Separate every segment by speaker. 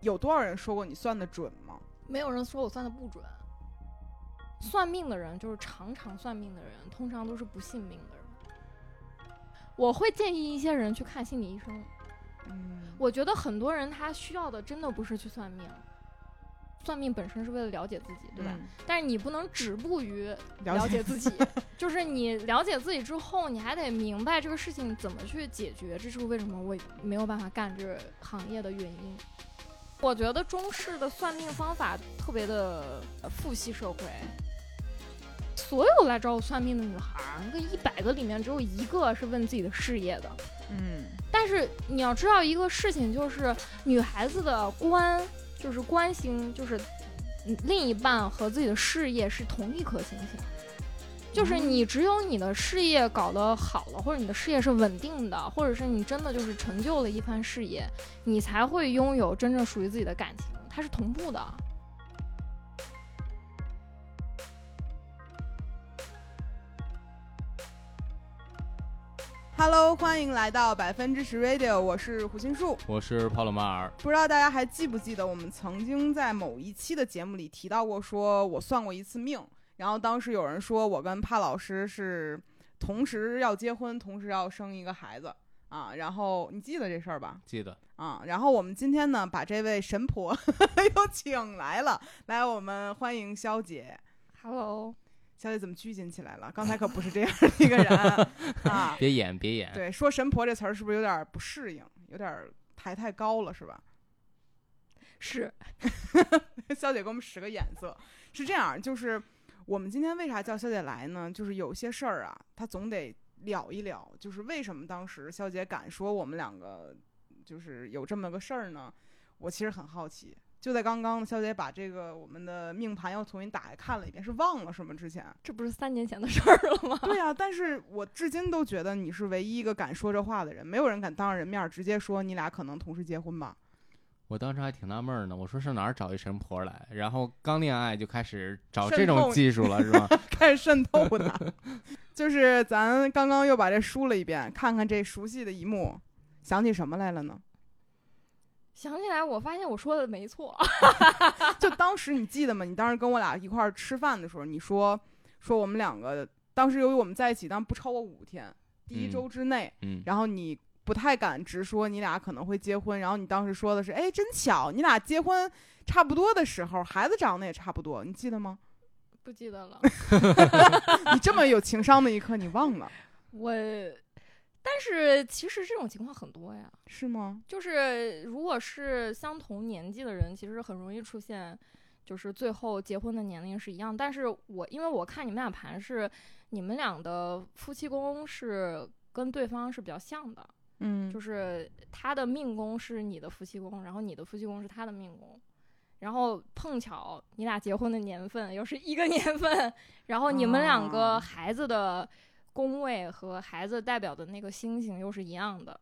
Speaker 1: 有多少人说过你算的准吗？
Speaker 2: 没有人说我算的不准。算命的人就是常常算命的人，通常都是不信命的人。我会建议一些人去看心理医生。
Speaker 1: 嗯，
Speaker 2: 我觉得很多人他需要的真的不是去算命，算命本身是为了了解自己，对吧？
Speaker 1: 嗯
Speaker 2: 但是你不能止步于
Speaker 1: 了
Speaker 2: 了
Speaker 1: 解
Speaker 2: 解自己， 就是你了解自己之后，你还得明白这个事情怎么去解决，这是为什么我没有办法干这行业的原因。我觉得中式的算命方法特别的父系社会，所有来找我算命的女孩儿，那个一百个里面只有一个是问自己的事业的。
Speaker 1: 嗯
Speaker 2: 但是你要知道一个事情，就是女孩子的关，就是关心，就是嗯另一半和自己的事业是同一颗星星。就是你只有你的事业搞得好了，或者你的事业是稳定的，或者是你真的就是成就了一番事业，你才会拥有真正属于自己的感情，它是同步的。
Speaker 1: ，Hello，欢迎来到百分之十 Radio，我是胡心树。
Speaker 3: 我是帕洛马尔，
Speaker 1: 不知道大家还记不记得，我们曾经在某一期的节目里提到过，说我算过一次命，然后当时有人说我跟帕老师是同时要结婚，同时要生一个孩子啊。然后你记得这事儿吧？
Speaker 3: 记得
Speaker 1: 啊，然后我们今天呢，把这位神婆 又请来了，来，我们欢迎肖姐。
Speaker 2: Hello，
Speaker 1: 肖姐怎么拘谨起来了？刚才可不是这样的一个人 啊！
Speaker 3: 别演别演，
Speaker 1: 对，说神婆这词儿是不是有点不适应，有点抬太高了，是吧？
Speaker 2: 是
Speaker 1: 肖姐给我们使个眼色。是这样，就是我们今天为啥叫肖姐来呢？就是有些事儿啊，她总得聊一聊。就是为什么当时肖姐敢说我们两个就是有这么个事儿呢？我其实很好奇。就在刚刚，肖姐把这个我们的命盘又重新打开看了一遍，是忘了是吗？之前
Speaker 2: 这不是三年前的事儿了 吗？
Speaker 1: 对呀、啊但是我至今都觉得你是唯一一个敢说这话的人，没有人敢当着人面儿直接说你俩可能同时结婚吧。
Speaker 3: 我当时还挺纳闷儿呢，我说上哪儿找一神婆来？然后刚恋爱就开始找这
Speaker 1: 渗透
Speaker 3: 种
Speaker 1: 你
Speaker 3: 技术了，是 吗？
Speaker 1: 开始渗透他。就是咱刚刚又把这梳了一遍，看看这熟悉的一幕，想起什么来了呢？
Speaker 2: 想起来，我发现我说的没错。
Speaker 1: 就当时你记得吗？你当时跟我俩一块儿吃饭的时候，你说说我们两个当时由于我们在一起，但不超过五天，第一
Speaker 3: 嗯
Speaker 1: 周之内，
Speaker 3: 嗯，
Speaker 1: 然后你不太敢直说你俩可能会结婚，然后你当时说的是，哎，真巧，你俩结婚差不多的时候，孩子长得也差不多，你记得吗？
Speaker 2: 不记得了。
Speaker 1: 你这么有情商的一刻，你忘了
Speaker 2: 我，但是其实这种情况很多呀，
Speaker 1: 是吗？
Speaker 2: 就是如果是相同年纪的人，其实很容易出现，就是最后结婚的年龄是一样。但是我因为我看你们俩盘是，你们俩的夫妻宫是跟对方是比较像的，
Speaker 1: 嗯
Speaker 2: 就是他的命宫是你的夫妻宫，然后你的夫妻宫是他的命宫。然后碰巧你俩结婚的年份又是一个年份，然后你们两
Speaker 1: 哦
Speaker 2: 个孩子的宫位和孩子代表的那个星星又是一样的，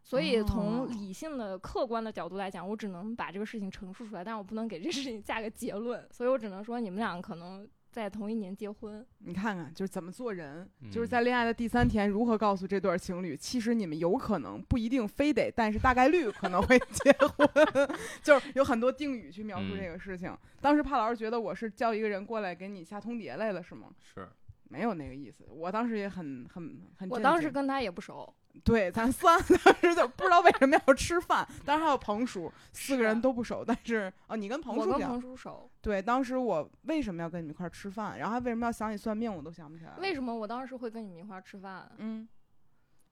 Speaker 2: 所以
Speaker 1: 哦
Speaker 2: 从理性的、客观的角度来讲，我只能把这个事情陈述出来，但我不能给这事情下个结论，所以我只能说你们俩可能在同一年结婚。
Speaker 1: 你看看，就是怎么做人，
Speaker 3: 嗯
Speaker 1: 就是在恋爱的第三天，如何告诉这对情侣，其实你们有可能不一定非得，但是大概率可能会结婚， 就是有很多定语去描述这个事情。当时帕老师觉得我是叫一个人过来给你下通牒来了，是吗？
Speaker 3: 是
Speaker 1: 没有那个意思，我当时也很很很震惊。
Speaker 2: 我当时跟他也不熟，
Speaker 1: 对咱三个当时就不知道为什么要吃饭，当时还有彭叔，四个人都不熟，但是哦，你跟彭
Speaker 2: 我
Speaker 1: 叔
Speaker 2: 跟
Speaker 1: 比较
Speaker 2: 彭叔熟。
Speaker 1: 对，当时我为什么要跟你们一块儿吃饭，然后还为什么要想你算命，我都想不起来了。
Speaker 2: 为什么我当时会跟你们一块儿吃饭？
Speaker 1: 嗯，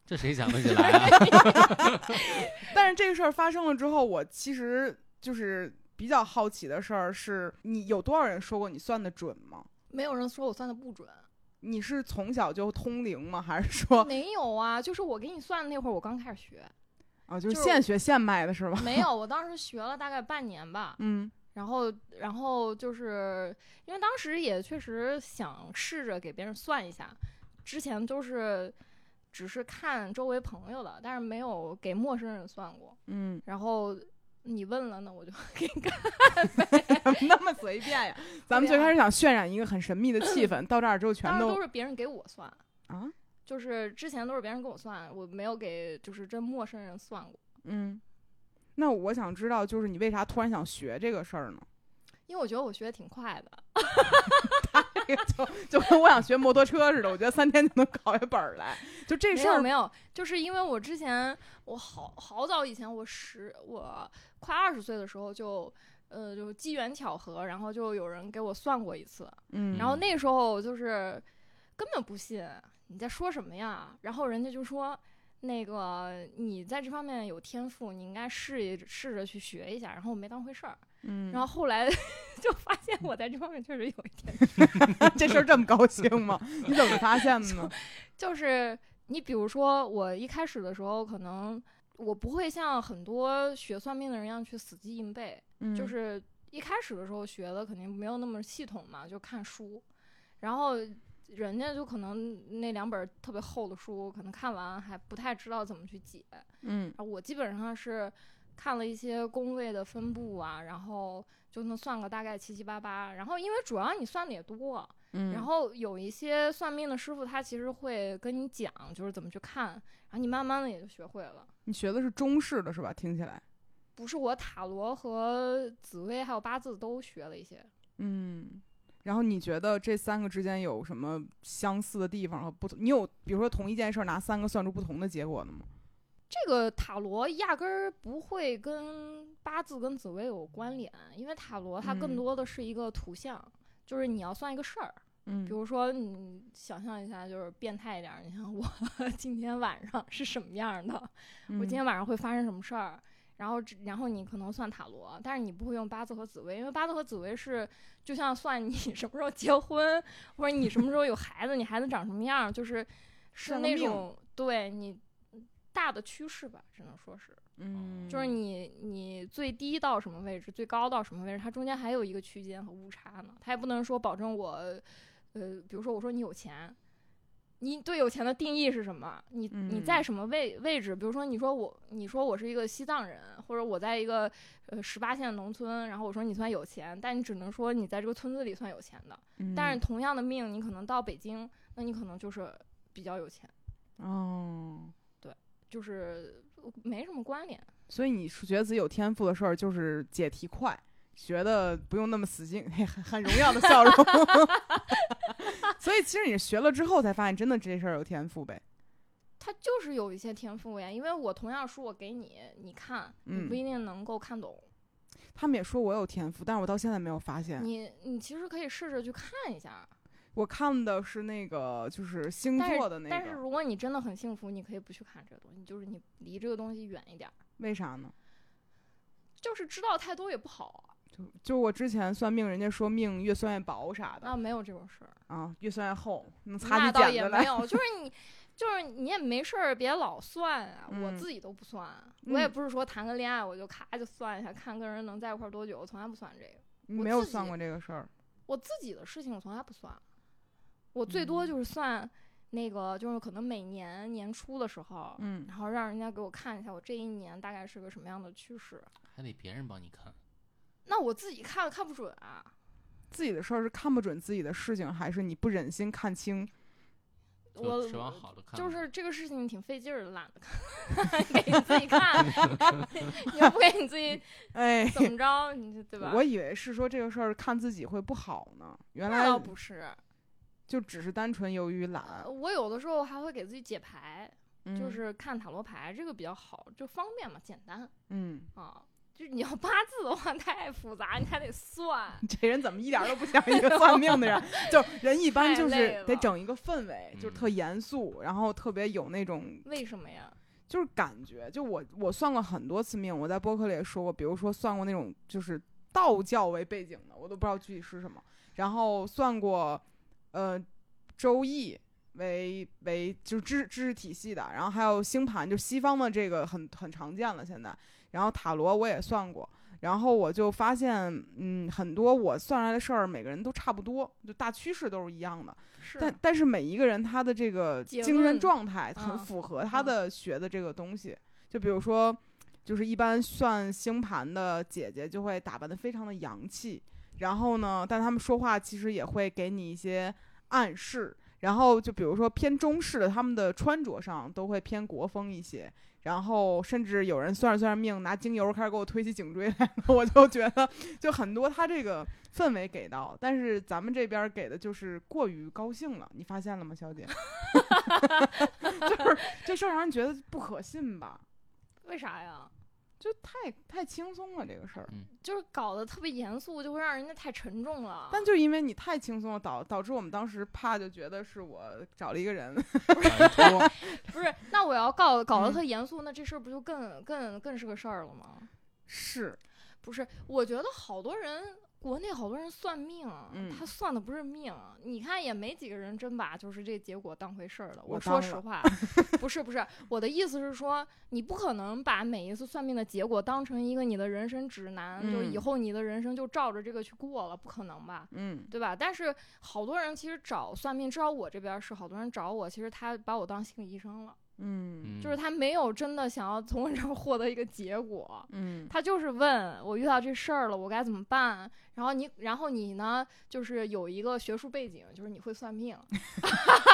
Speaker 3: 这谁想得起 来啊？
Speaker 1: 但是这个事儿发生了之后，我其实就是比较好奇的事儿是，你有多少人说过你算的准吗？
Speaker 2: 没有人说我算的不准，
Speaker 1: 你是从小就通灵吗？还 是说
Speaker 2: 没有啊，就是我给你算的那会儿，我刚开始学，
Speaker 1: 啊，就是
Speaker 2: 就是
Speaker 1: 现学现卖的是吧？
Speaker 2: 没有，我当时学了大概半年吧，
Speaker 1: 嗯
Speaker 2: 然后，然后就是因为当时也确实想试着给别人算一下，之前都是只是看周围朋友的，但是没有给陌生人算过，
Speaker 1: 嗯，
Speaker 2: 然后。你问了呢，我就给你看。
Speaker 1: 那么随便 呀？咱们最开始想渲染一个很神秘的气氛，到这儿之后
Speaker 2: 当
Speaker 1: 全
Speaker 2: 时
Speaker 1: 都
Speaker 2: 都是嗯别人给我算，
Speaker 1: 啊，
Speaker 2: 就是之前都是别人给我算，我没有给就是真陌生人算过。
Speaker 1: 嗯。那我想知道，就是你为啥突然想学这个事儿呢？
Speaker 2: 因为我觉得我学的挺快的。
Speaker 1: 这个就就跟我想学摩托车似的，我觉得三天就能考下本儿来。就这
Speaker 2: 没
Speaker 1: 事
Speaker 2: 有
Speaker 1: 儿
Speaker 2: 没有，就是因为我之前我好好早以前，我十我快二十岁的时候就。呃，就是机缘巧合，然后就有人给我算过一次，
Speaker 1: 嗯，
Speaker 2: 然后那时候就是根本不信你在说什么呀，然后人家就说那个你在这方面有天赋，你应该试一试着去学一下，然后我没当回事儿，
Speaker 1: 嗯，
Speaker 2: 然后后来 就发现我在这方面确实有一 天，
Speaker 1: 这事儿这么高兴吗？你怎么发现的 呢？
Speaker 2: 就是你比如说我一开始的时候可能。我不会像很多学算命的人一样去死记硬背，
Speaker 1: 嗯
Speaker 2: 就是一开始的时候学的肯定没有那么系统嘛，就看书，然后人家就可能那两本特别厚的书，可能看完还不太知道怎么去解。
Speaker 1: 嗯
Speaker 2: 啊我基本上是看了一些宫位的分布啊，然后就能算个大概七七八八。然后因为主要你算的也多，
Speaker 1: 嗯，
Speaker 2: 然后有一些算命的师傅他其实会跟你讲就是怎么去看，然后你慢慢的也就学会了。
Speaker 1: 你学的是中式的是吧？听起来，
Speaker 2: 不是我塔罗和紫薇还有八字都学了一些，
Speaker 1: 嗯。然后你觉得这三个之间有什么相似的地方和不同？你有比如说同一件事儿拿三个算出不同的结果的吗？
Speaker 2: 这个塔罗压根儿不会跟八字跟紫薇有关联，因为塔罗它
Speaker 1: 嗯
Speaker 2: 更多的是一个图像，就是你要算一个事儿。
Speaker 1: 嗯
Speaker 2: 比如说，你想象一下，就是变态一点儿，你像我 今天晚上是什么样的，
Speaker 1: 嗯
Speaker 2: 我今天晚上会发生什么事儿，然后这然后你可能算塔罗，但是你不会用八字和紫薇，因为八字和紫薇是就像算你 什么时候结婚，或者你什么时候有孩子，你孩子长什么样儿，就是是
Speaker 1: 算个
Speaker 2: 那
Speaker 1: 命
Speaker 2: 种对你大的趋势吧，只能说是，
Speaker 1: 嗯，
Speaker 2: 就是你你最低到什么位置，最高到什么位置，它中间还有一个区间和误差呢，它也不能说保证我，呃，比如说我说你有钱。你对有钱的定义是什么？你你
Speaker 1: 嗯
Speaker 2: 在什么位位置？比如说，你说我，你说我是一个西藏人，或者我在一个呃十八线农村，然后我说你算有钱，但你只能说你在这个村子里算有钱的。但是
Speaker 1: 嗯
Speaker 2: 同样的命，你可能到北京，那你可能就是比较有钱，
Speaker 1: 哦，
Speaker 2: 就是没什么关联。
Speaker 1: 所以你是觉得自己有天赋的事儿就是解题快，学的不用那么死劲，嘿很很荣耀的笑容。 所以其实你学了之后才发现，真的这事儿有天赋呗。
Speaker 2: 他就是有一些天赋呀，因为我同样书我给你，你看，你不
Speaker 1: 嗯
Speaker 2: 一定能够看懂。
Speaker 1: 他们也说我有天赋，但是我到现在没有发现。
Speaker 2: 你你其实可以试着去看一下，
Speaker 1: 我看的是那个就是星
Speaker 2: 但
Speaker 1: 座
Speaker 2: 是
Speaker 1: 的那
Speaker 2: 但是
Speaker 1: 个，
Speaker 2: 如果你真的很幸福，你可以不去看这个东西，就是你离这个东西远一点儿，
Speaker 1: 为啥呢？
Speaker 2: 就是知道太多也不好
Speaker 1: 就就我之前算命，人家说命越算越薄啥
Speaker 2: 啊，
Speaker 1: 的
Speaker 2: 没有这种事儿。
Speaker 1: 啊，越算越厚，能擦
Speaker 2: 那
Speaker 1: 起
Speaker 2: 倒
Speaker 1: 剪
Speaker 2: 也
Speaker 1: 子
Speaker 2: 没
Speaker 1: 来。
Speaker 2: 有，就是你，就是你也没事儿，别老算啊。我
Speaker 1: 嗯
Speaker 2: 自己都不算，啊我也
Speaker 1: 嗯
Speaker 2: 不是说谈个恋爱我就咔就算一下，看跟人能在一块儿多久，我从来不算这个。
Speaker 1: 你
Speaker 2: 我
Speaker 1: 没有
Speaker 2: 自己
Speaker 1: 算过这个事儿，
Speaker 2: 我自己的事情我从来不算，我最
Speaker 1: 嗯
Speaker 2: 多就是算那个，就是可能每年年初的时候，
Speaker 1: 嗯，
Speaker 2: 然后让人家给我看一下我这一年大概是个什么样的趋势。
Speaker 3: 还得别人帮你看。
Speaker 2: 那我自己看看不准啊，
Speaker 1: 自己的事儿是看不准自己的事情，还是你不忍心看清？
Speaker 3: 就
Speaker 2: 我
Speaker 3: 指望好的看，
Speaker 2: 就是这个事情挺费劲儿的，懒得看， 给你自己 看，你又不给你自己
Speaker 1: 哎，
Speaker 2: 怎么着，你就对吧？
Speaker 1: 我以为是说这个事儿看自己会不好呢，原
Speaker 2: 那倒
Speaker 1: 来
Speaker 2: 不是，
Speaker 1: 就只是单纯由于懒
Speaker 2: 呃，我有的时候还会给自己解牌，就
Speaker 1: 嗯
Speaker 2: 是看塔罗牌，这个比较好，就方便嘛，简单
Speaker 1: 嗯，
Speaker 2: 啊。就是你要八字的话太复杂，你还得算。
Speaker 1: 这人怎么一点儿都不像一个算命的人？嗯 就是人一般
Speaker 2: 太
Speaker 1: 就
Speaker 2: 累
Speaker 1: 是得
Speaker 2: 了
Speaker 1: 整一个氛围，就是特严肃，然后特别有那种
Speaker 2: 为什么呀？
Speaker 1: 就是感觉。就我我算过很多次命，我在播客里也说过，比如说算过那种就是道教为背景的，我都不知道具体是什么，然后算过呃周易。为为就是知知识体系的，然后还有星盘，就西方的这个很很常见了现在。然后塔罗我也算过，然后我就发现，嗯，很多我算出来的事儿，每个人都差不多，就大趋势都是一样的。
Speaker 2: 是
Speaker 1: 但但是每一个人他的这个
Speaker 2: 结
Speaker 1: 精神
Speaker 2: 论
Speaker 1: 状态
Speaker 2: 啊
Speaker 1: 很符合他
Speaker 2: 啊
Speaker 1: 的学的这个东西，就比如说，就是一般算星盘的姐姐就会打扮的非常的洋气，然后呢，但他们说话其实也会给你一些暗示。然后就比如说偏中式的，他们的穿着上都会偏国风一些。然后甚至有人算着算着命，拿精油开始给我推起颈椎来了， 我就觉得就很多他这个氛围给到，但是咱们这边给的就是过于高兴了，你发现了吗，小姐？就是这事儿让人觉得不可信吧，
Speaker 2: 为啥呀？
Speaker 1: 就太太轻松了这个事儿。
Speaker 2: 就是搞得特别严肃，就会让人家太沉重了。
Speaker 1: 但就因为你太轻松了，导导致我们当时怕就觉得是我找了一个人，
Speaker 2: 不是，那我要搞搞
Speaker 1: 嗯
Speaker 2: 得特严肃，那这事儿不就更更更是个事儿了吗？
Speaker 1: 是
Speaker 2: 不是，我觉得好多人，国内好多人算命啊，
Speaker 1: 嗯
Speaker 2: 他算的不是命啊。你看也没几个人真把就是这结果当回事儿了。
Speaker 1: 我
Speaker 2: 说
Speaker 1: 当
Speaker 2: 实
Speaker 1: 了
Speaker 2: 话，不是不是，我的意思是说，你不可能把每一次算命的结果当成一个你的人生指南，就是以
Speaker 1: 嗯
Speaker 2: 后你的人生就照着这个去过了，不可能吧？
Speaker 1: 嗯
Speaker 2: 对吧？但是好多人其实找算命，至少我这边儿是好多人找我，其实他把我当心理医生了，
Speaker 1: 嗯
Speaker 2: 就是他没有真的想要从我这儿获得一个结果，
Speaker 1: 嗯
Speaker 2: 他就是问我遇到这事儿了，我该怎么办？然后你，然后你呢，就是有一个学术背景，就是你会算命，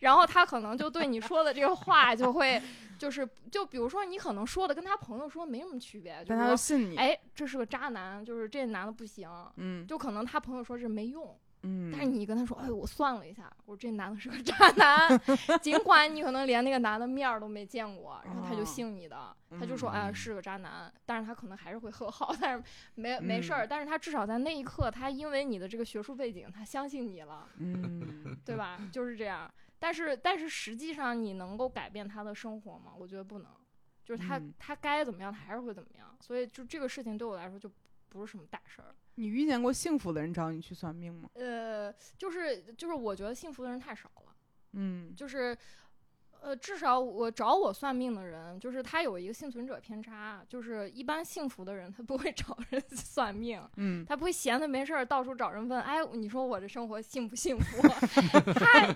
Speaker 2: 然后他可能就对你说的这个话就会，就是就比如说你可能说的跟他朋友说没什么区别，就
Speaker 1: 但
Speaker 2: 是
Speaker 1: 他就
Speaker 2: 说
Speaker 1: 信你，
Speaker 2: 哎这是个渣男，就是这男的不行，
Speaker 1: 嗯
Speaker 2: 就可能他朋友说这没用。
Speaker 1: 嗯，
Speaker 2: 但是你跟他说，哎，我算了一下，我这男的是个渣 男，尽管你可能连那个男的面儿都没见过，然后他就
Speaker 1: 哦
Speaker 2: 信你的，他就说，哎，
Speaker 3: 嗯
Speaker 2: 是个渣男，但是他可能还是会和好，但是没没事
Speaker 1: 嗯
Speaker 2: 儿，但是他至少在那一刻，他因为你的这个学术背景，他相信你了，
Speaker 1: 嗯
Speaker 2: 对吧？就是这样。但是但是实际上，你能够改变他的生活吗？我觉得不能，就是他、
Speaker 1: 嗯
Speaker 2: 他该怎么样，他还是会怎么样。所以就这个事情对我来说就不是什么大事儿。
Speaker 1: 你遇见过幸福的人找你去算命吗？
Speaker 2: 呃，就是就是，我觉得幸福的人太少了。
Speaker 1: 嗯
Speaker 2: 就是，呃，至少我找我算命的人，就是他有一个幸存者偏差，就是一般幸福的人他不会 找人算命，
Speaker 1: 嗯，
Speaker 2: 他不会闲的没事儿到处找人问，哎，你说我这生活幸不幸福啊？他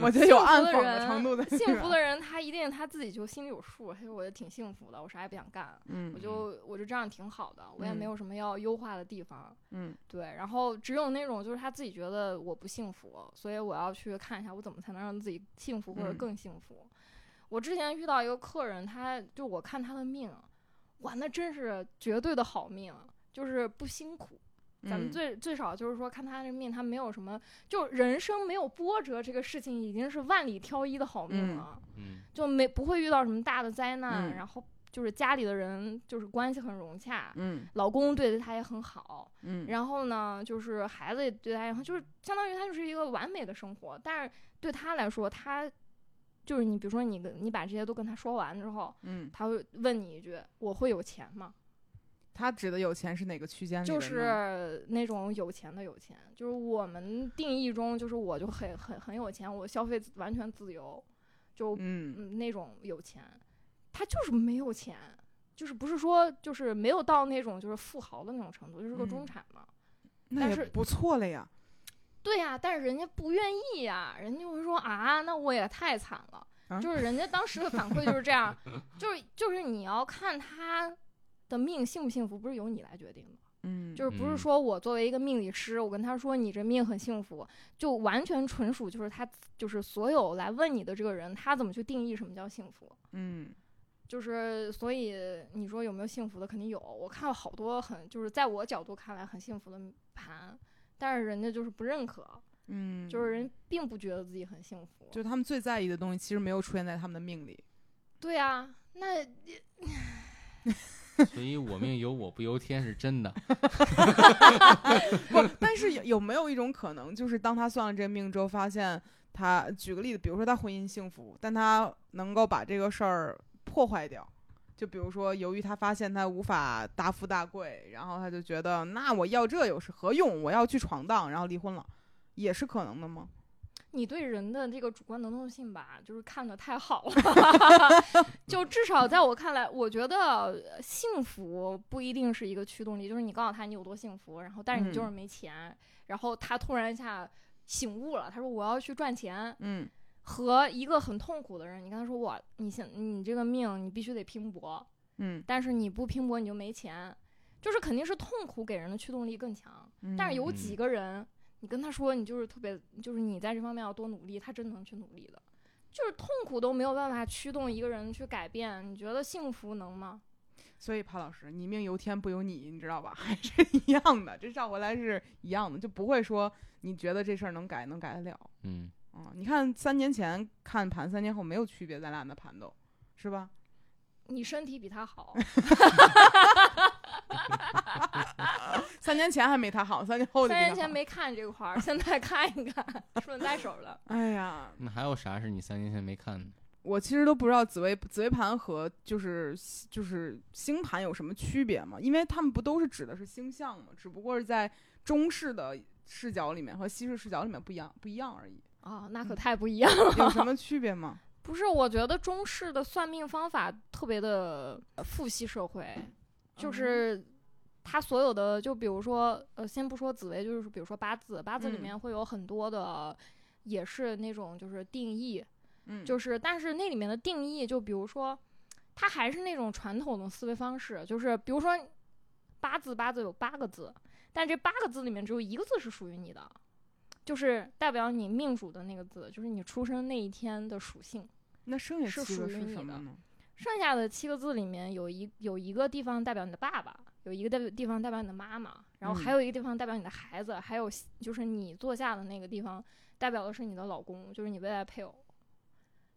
Speaker 1: 我 觉得有
Speaker 2: 幸福
Speaker 1: 暗
Speaker 2: 的
Speaker 1: 讽
Speaker 2: 人
Speaker 1: 的程度在这
Speaker 2: 幸福
Speaker 1: 儿，
Speaker 2: 的人他一定他自己就心里有数，他说我就挺幸福的，我啥也不想干，我
Speaker 1: 嗯
Speaker 2: 就我就这样挺好的，我也没
Speaker 1: 嗯
Speaker 2: 有什么要优化的地方。
Speaker 1: 嗯
Speaker 2: 对，然后只有那种就是他自己觉得我不幸福，所以我要去看一下我怎么才能让自己幸福或者
Speaker 1: 嗯
Speaker 2: 更幸福。我之前遇到一个客人，他就我看他的命，哇，那真是绝对的好命，就是不辛苦。咱们
Speaker 1: 嗯
Speaker 2: 最、最少就是说看他这命，他没有什么，就人生没有波折这个事情已经是万里挑一的好命
Speaker 1: 嗯
Speaker 2: 了，
Speaker 3: 嗯
Speaker 2: 就没不会遇到什么大的灾难，
Speaker 1: 嗯
Speaker 2: 然后就是家里的人就是关系很融洽，
Speaker 1: 嗯
Speaker 2: 老公对他也很好，
Speaker 1: 嗯，
Speaker 2: 然后呢，就是孩子也对他也很，就是相当于他就是一个完美的生活。但是对他来说，他就是你，比如说你跟你把这些都跟他说完之后，
Speaker 1: 嗯，
Speaker 2: 他会问你一句：“我会有钱吗
Speaker 1: 他指的有钱是哪个区间？”里的呢？
Speaker 2: 就是那种有钱的有钱，就是我们定义中就是我就很很很有钱，我消费完全自由，就
Speaker 1: 嗯
Speaker 2: 嗯那种有钱，他就是没有钱，就是不是说就是没有到那种就是富豪的那种程度，就是个中
Speaker 1: 嗯
Speaker 2: 产嘛。
Speaker 1: 那
Speaker 2: 但
Speaker 1: 也
Speaker 2: 是
Speaker 1: 不错了呀，
Speaker 2: 对呀、但是人家不愿意呀、人家会说啊，那我也太惨了。
Speaker 1: 啊
Speaker 2: 就是人家当时的反馈就是这样， 就是就是你要看他的命幸不幸福，不是由你来决定的，
Speaker 1: 嗯，
Speaker 2: 就是不是
Speaker 3: 嗯
Speaker 2: 说我作为一个命理师，我跟他说你这命很幸福，就完全纯属就是他就是所有来问你的这个人，他怎么去定义什么叫幸福。
Speaker 1: 嗯
Speaker 2: 就是，所以你说有没有幸福的？肯定有。我看了好多很，就是在我角度看来很幸福的盘，但是人家就是不认可。
Speaker 1: 嗯，
Speaker 2: 就是人并不觉得自己很幸福。
Speaker 1: 就他们最在意的东西，其实没有出现在他们的命里。
Speaker 2: 对啊，那
Speaker 3: 所以我命由我不由天是真的。
Speaker 1: 不，但是有有没有一种可能，就是当他算了这命之后，发现他举个例子，比如说他婚姻幸福，但他能够把这个事儿破坏掉。就比如说，由于他发现他无法大富大贵，然后他就觉得那我要这有是何用？我要去闯荡，然后离婚了，也是可能的吗？
Speaker 2: 你对人的这个主观能动性吧，就是看得太好了。 就至少在我看来，我觉得幸福不一定是一个驱动力，就是你告诉他你有多幸福，然后但是你
Speaker 1: 嗯
Speaker 2: 就是没钱，然后他突然一下醒悟了，他说我要去赚钱，
Speaker 1: 嗯
Speaker 2: 和一个很痛苦的人，你跟他说我你现你这个命你必须得拼搏，
Speaker 1: 嗯，
Speaker 2: 但是你不拼搏你就没钱，就是肯定是痛苦给人的驱动力更强。但是有
Speaker 3: 嗯
Speaker 2: 几个人，你跟他说你就是特别，就是你在这方面要多努力，他真能去努力的。就是痛苦都没有办法驱动一个人去改变，你觉得幸福能吗？
Speaker 1: 所以，帕老师，你命由天不由你，你知道吧？ 还是一样的，这绕回来是一样的，就不会说你觉得这事儿能改能改得了。
Speaker 3: 嗯，
Speaker 1: 嗯，你看三年前看盘，三年后没有区别，咱俩那盘都是吧？
Speaker 2: 你身体比他好，
Speaker 1: 三年前还没他好，三年后就比
Speaker 2: 三
Speaker 1: 他
Speaker 2: 年前
Speaker 1: 好。
Speaker 2: 没看这块儿，现在看一看， 顺带手了。
Speaker 1: 哎呀，
Speaker 3: 那还有啥是你三年前没看的？
Speaker 1: 我其实都不知道紫薇紫薇盘和就是就是星盘有什么区别嘛？因为他们不都是指的是星象嘛，只不过是在中式的视角里面和西式视角里面不一样不一样而已。
Speaker 2: 啊、那可太不一样了。
Speaker 1: 有什么区别吗？
Speaker 2: 不是，我觉得中式的算命方法特别的呃父系社会，
Speaker 1: 嗯
Speaker 2: 就是它所有的，就比如说，呃，先不说紫薇，就是比如说八字，八字里
Speaker 1: 嗯
Speaker 2: 面会有很多的，也是那种就是定义，
Speaker 1: 嗯，
Speaker 2: 就是但是那里面的定义，就比如说，它还是那种传统的思维方式，就是比如说八字八字有八个字，但这八个字里面只有一个字是属于你的，就是代表你命主的那个字，就是你出生那一天的属性。
Speaker 1: 那剩下
Speaker 2: 是
Speaker 1: 七
Speaker 2: 属
Speaker 1: 个
Speaker 2: 于
Speaker 1: 是
Speaker 2: 你
Speaker 1: 什
Speaker 2: 的
Speaker 1: 么呢？
Speaker 2: 剩下的七个字里面有一有一个地方代表你的爸爸，有一个代表地方代表你的妈妈，然后还
Speaker 1: 嗯
Speaker 2: 有一个地方代表你的孩子，还有西就是你坐下的那个地方代表的是你的老公，就是你未来配偶。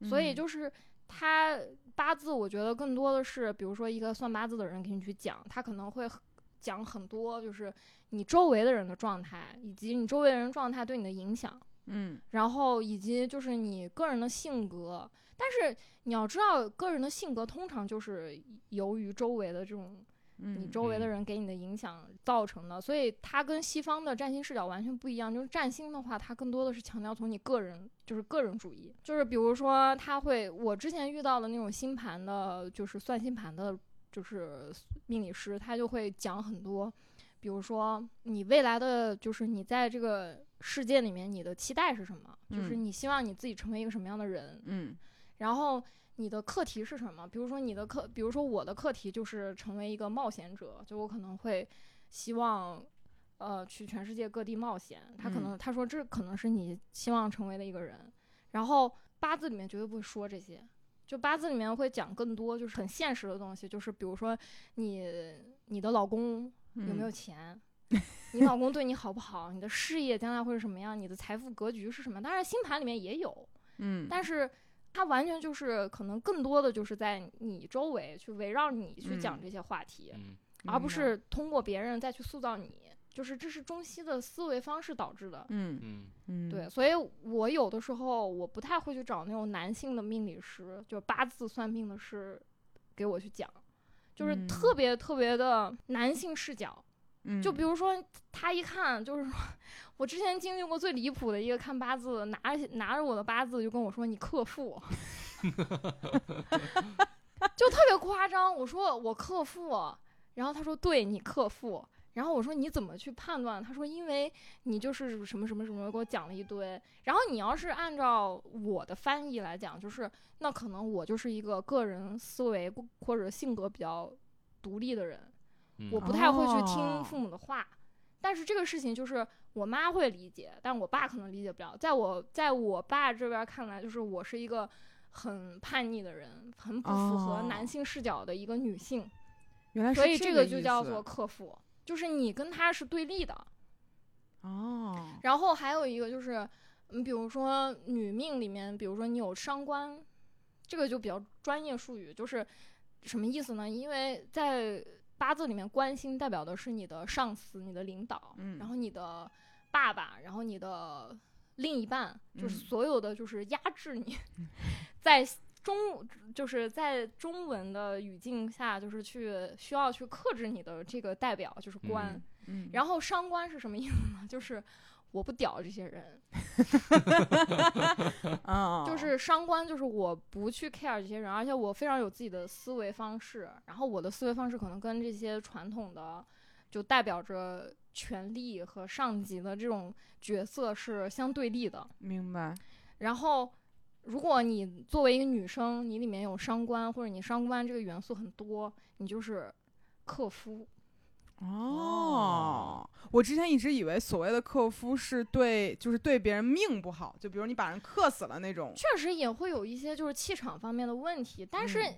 Speaker 2: 所以
Speaker 1: 嗯
Speaker 2: 就是他八字，我觉得更多的是，比如说一个算八字的人给你去讲，他可能会很讲很多，就是你周围的人的状态，以及你周围的人状态对你的影响。
Speaker 1: 嗯
Speaker 2: 然后以及就是你个人的性格，但是你要知道，个人的性格通常就是由于周围的这种
Speaker 1: 嗯，
Speaker 2: 你周围的
Speaker 3: 嗯
Speaker 2: 人给你的影响造成的，所以它跟西方的占星视角完全不一样。就是占星的话，它更多的是强调从你个人，就是个人主义，就是比如说，他会我之前遇到的那种星盘的，就是算星盘的，就是命理师，他就会讲很多，比如说你未来的，就是你在这个世界里面你的期待是什么，就是
Speaker 1: 嗯
Speaker 2: 你希望你自己成为一个什么样的人，
Speaker 1: 嗯
Speaker 2: 然后你的课题是什么？比如说你的课，比如说我的课题就是成为一个冒险者，就我可能会希望，呃，去全世界各地冒险。他可能、他说这可能是你希望成为的一个人。然后八字里面绝对不会说这些，就八字里面会讲更多就是很现实的东西，就是比如说你你的老公有没有
Speaker 1: 嗯
Speaker 2: 钱？你老公对你好不好？你的事业将来会是什么样？你的财富格局是什么？当然，星盘里面也有，
Speaker 1: 嗯，
Speaker 2: 但是它完全就是可能更多的就是在你周围去围绕你去讲
Speaker 1: 嗯
Speaker 2: 这些话题，
Speaker 3: 嗯，
Speaker 2: 而
Speaker 1: 明
Speaker 2: 不
Speaker 1: 白
Speaker 2: 是通过别人再去塑造你。就是这是中西的思维方式导致的。
Speaker 1: 嗯
Speaker 3: 嗯，
Speaker 1: 嗯
Speaker 2: 对，所以我有的时候我不太会去找那种男性的命理师，就八字算命的师给我去讲，就是
Speaker 1: 嗯
Speaker 2: 特别特别的男性视角。
Speaker 1: 嗯，
Speaker 2: 就比如说他一看就是说，我之前经历过最离谱的一个看八字，拿拿着我的八字就跟我说你克父，就特别夸张。我说我克父，然后他说对你克父。然后我说你怎么去判断？他说因为你就是什么什么什么，给我讲了一堆。然后你要是按照我的翻译来讲，就是那可能我就是一个个人思维或者性格比较独立的人，
Speaker 3: 嗯
Speaker 2: 我不太会去听
Speaker 1: 哦
Speaker 2: 父母的话。但是这个事情就是我妈会理解，但我爸可能理解不了。在我在我爸这边看来，就是我是一个很叛逆的人，很不符合
Speaker 1: 哦
Speaker 2: 男性视角的一个女性，
Speaker 1: 原来是
Speaker 2: 所以
Speaker 1: 这
Speaker 2: 个
Speaker 1: 意
Speaker 2: 就叫
Speaker 1: 思
Speaker 2: 做克夫，就是你跟他是对立的。
Speaker 1: 哦，
Speaker 2: 然后还有一个就是，嗯，比如说女命里面，比如说你有伤官，这个就比较专业术语，就是什么意思呢？因为在八字里面，官星代表的是你的上司、你的领导，
Speaker 1: 嗯
Speaker 2: 然后你的爸爸，然后你的另一半，就是
Speaker 1: 嗯
Speaker 2: 所有的就是压制你， 在。中就是在中文的语境下，就是去需要去克制你的这个代表，就是官。
Speaker 3: 嗯
Speaker 1: 嗯，
Speaker 2: 然后伤官是什么意思呢？ 就是我不屌这些人，
Speaker 1: 后
Speaker 2: 就是伤官，就是我不去 care 这些人，而且我非常有自己的思维方式，然后我的思维方式可能跟这些传统的就代表着权力和上级的这种角色是相对立的。
Speaker 1: 明白，
Speaker 2: 然后，如果你作为一个女生，你里面有伤官或者你伤官这个元素很多，你就是克夫。
Speaker 1: 哦，我之前一直以为所谓的克夫是对，就是对别人命不好，就比如你把人克死了那种。
Speaker 2: 确实也会有一些就是气场方面的问题，但是
Speaker 1: 嗯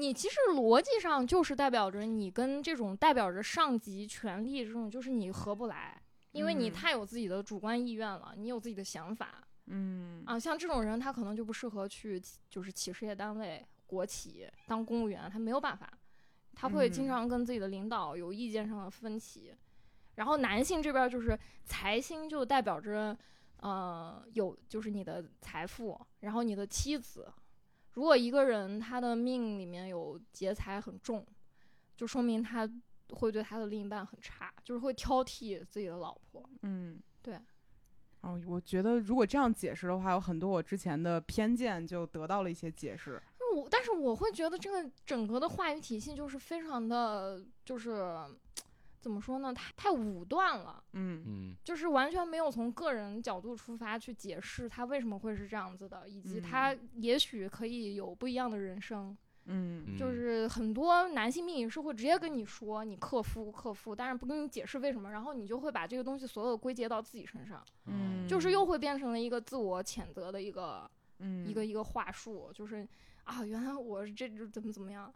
Speaker 2: 你其实逻辑上就是代表着你跟这种代表着上级权力这种就是你合不来，因为你
Speaker 1: 嗯
Speaker 2: 太有自己的主观意愿了，你有自己的想法
Speaker 1: 嗯
Speaker 2: 啊，像这种人他可能就不适合去就是企事业单位、国企当公务员，他没有办法，他会经
Speaker 1: 嗯
Speaker 2: 常跟自己的领导有意见上的分歧。然后男性这边儿就是财星，就代表着，呃，有就是你的财富，然后你的妻子。如果一个人他的命里面有劫财很重，就说明他会对他的另一半很差，就是会挑剔自己的老婆。
Speaker 1: 嗯，
Speaker 2: 对。
Speaker 1: 哦，我觉得如果这样解释的话，有很多我之前的偏见就得到了一些解释。
Speaker 2: 就是我但是我会觉得这个整个的话语体系就是非常的，就是怎么说呢，太太武断了。
Speaker 1: 嗯
Speaker 3: 嗯
Speaker 2: 就是完全没有从个人角度出发去解释他为什么会是这样子的，以及他也许可以有不一样的人生。
Speaker 1: 嗯
Speaker 3: 嗯，
Speaker 2: 就是很多男性命理师会直接跟你说你克夫克夫，但是不跟你解释为什么，然后你就会把这个东西所有归结到自己身上，
Speaker 1: 嗯，
Speaker 2: 就是又会变成了一个自我谴责的一个、
Speaker 1: 嗯
Speaker 2: 一个一个话术，就是啊，原来我是这怎么怎么样，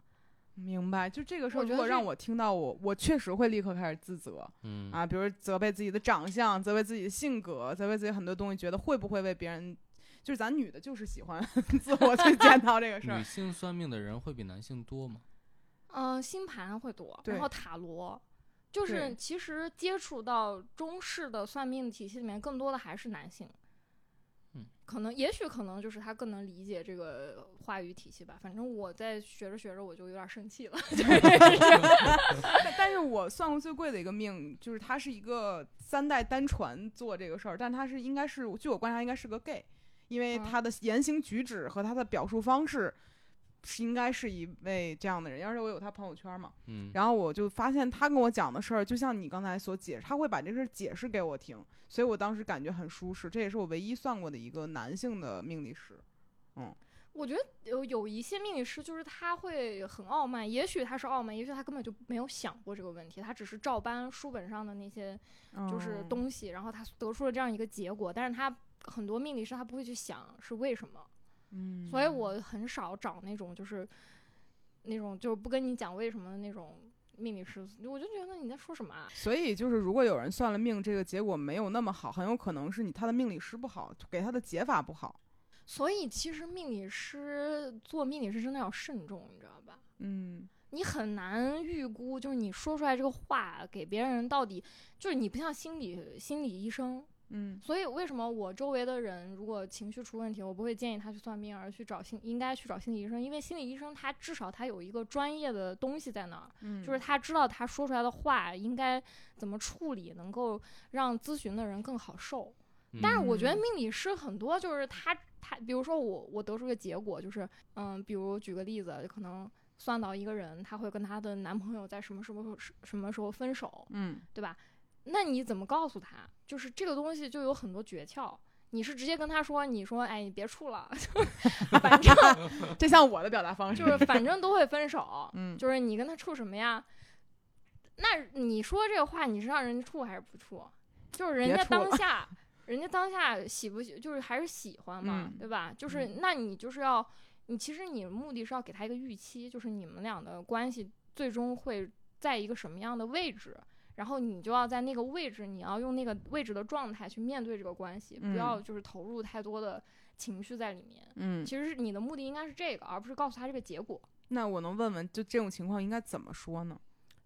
Speaker 1: 明白。就这个事儿，
Speaker 2: 我觉
Speaker 1: 如
Speaker 2: 得
Speaker 1: 果
Speaker 2: 这
Speaker 1: 让我听到我，我确实会立刻开始自责
Speaker 3: 嗯
Speaker 1: 啊，比如责备自己的长相，责备自己的性格，责备自己很多东西，觉得会不会为别人。就是咱女的，就是喜欢 自我去检讨这个事儿
Speaker 3: 女。性算命的人会比男性 多吗？
Speaker 2: 嗯、星盘会多，
Speaker 1: 对
Speaker 2: 然后塔罗，就是
Speaker 1: 对
Speaker 2: 其实接触到中式的算命体系里面，更多的还是男性。
Speaker 3: 嗯，
Speaker 2: 可能也许可能就是他更能理解这个话语体系吧。反正我在学着学着，我就有点生气了。
Speaker 1: 但但是我算过最贵的一个命，就是他是一个三代单传做这个事儿，但他是应该是据我观察应该是个 gay，因为
Speaker 2: 嗯
Speaker 1: 他的言行举止和他的表述方式是应该是一位这样的人，而且我有他朋友圈嘛，
Speaker 3: 嗯，
Speaker 1: 然后我就发现他跟我讲的事儿，就像你刚才所解释，他会把这事儿解释给我听，所以我当时感觉很舒适，这也是我唯一算过的一个男性的命理师。
Speaker 2: 我觉得有有一些命理师就是他会很傲慢，也许他是傲慢，也许他根本就没有想过这个问题，他只是照搬书本上的那些就是
Speaker 1: 嗯
Speaker 2: 东西，然后他得出了这样一个结果，但是他很多命理师他不会去想是为什么。
Speaker 1: 嗯，
Speaker 2: 所以我很少找那种就是那种就是不跟你讲为什么的那种命理师，我就觉得你在说什么啊？
Speaker 1: 所以就是，如果有人算了命，这个结果没有那么好，很有可能是你他的命理师不好，给他的解法不好。
Speaker 2: 所以其实命理师做命理师真的要慎重，你知道吧？
Speaker 1: 嗯
Speaker 2: 你很难预估，就是你说出来这个话给别人到底，就是你不像心理心理医生，
Speaker 1: 嗯
Speaker 2: 所以为什么我周围的人如果情绪出问题，我不会建议他去算命，而去找心应该去找心理医生，因为心理医生他至少他有一个专业的东西在那儿，
Speaker 1: 嗯
Speaker 2: 就是他知道他说出来的话应该怎么处理，能够让咨询的人更好受。但是我觉得
Speaker 1: 嗯
Speaker 2: 命理师很多就是他他，比如说我我得出个结果就是，嗯，比如举个例子，可能算到一个人他会跟他的男朋友在什么什么什么时候分手，
Speaker 1: 嗯
Speaker 2: 对吧？那你怎么告诉他？就是这个东西就有很多诀窍。你是直接跟他说，你说，哎，你别处了，反正
Speaker 1: 这像我的表达方式，
Speaker 2: 就是反正都会分手，
Speaker 1: 嗯
Speaker 2: 就是你跟他处什么呀？那你说这个话，你是让人家处还是不处？就是人
Speaker 1: 别
Speaker 2: 家
Speaker 1: 处了
Speaker 2: 当下，人家当下喜不喜，就是还是喜欢嘛，
Speaker 1: 嗯
Speaker 2: 对吧？就是、
Speaker 1: 嗯
Speaker 2: 那你就是要，你其实你的目的是要给他一个预期，就是你们俩的关系最终会在一个什么样的位置。然后你就要在那个位置，你要用那个位置的状态去面对这个关系，
Speaker 1: 嗯
Speaker 2: 不要就是投入太多的情绪在里面。
Speaker 1: 嗯。
Speaker 2: 其实是你的目的应该是这个，而不是告诉他这个结果。
Speaker 1: 那我能问问，就这种情况应该怎么说呢？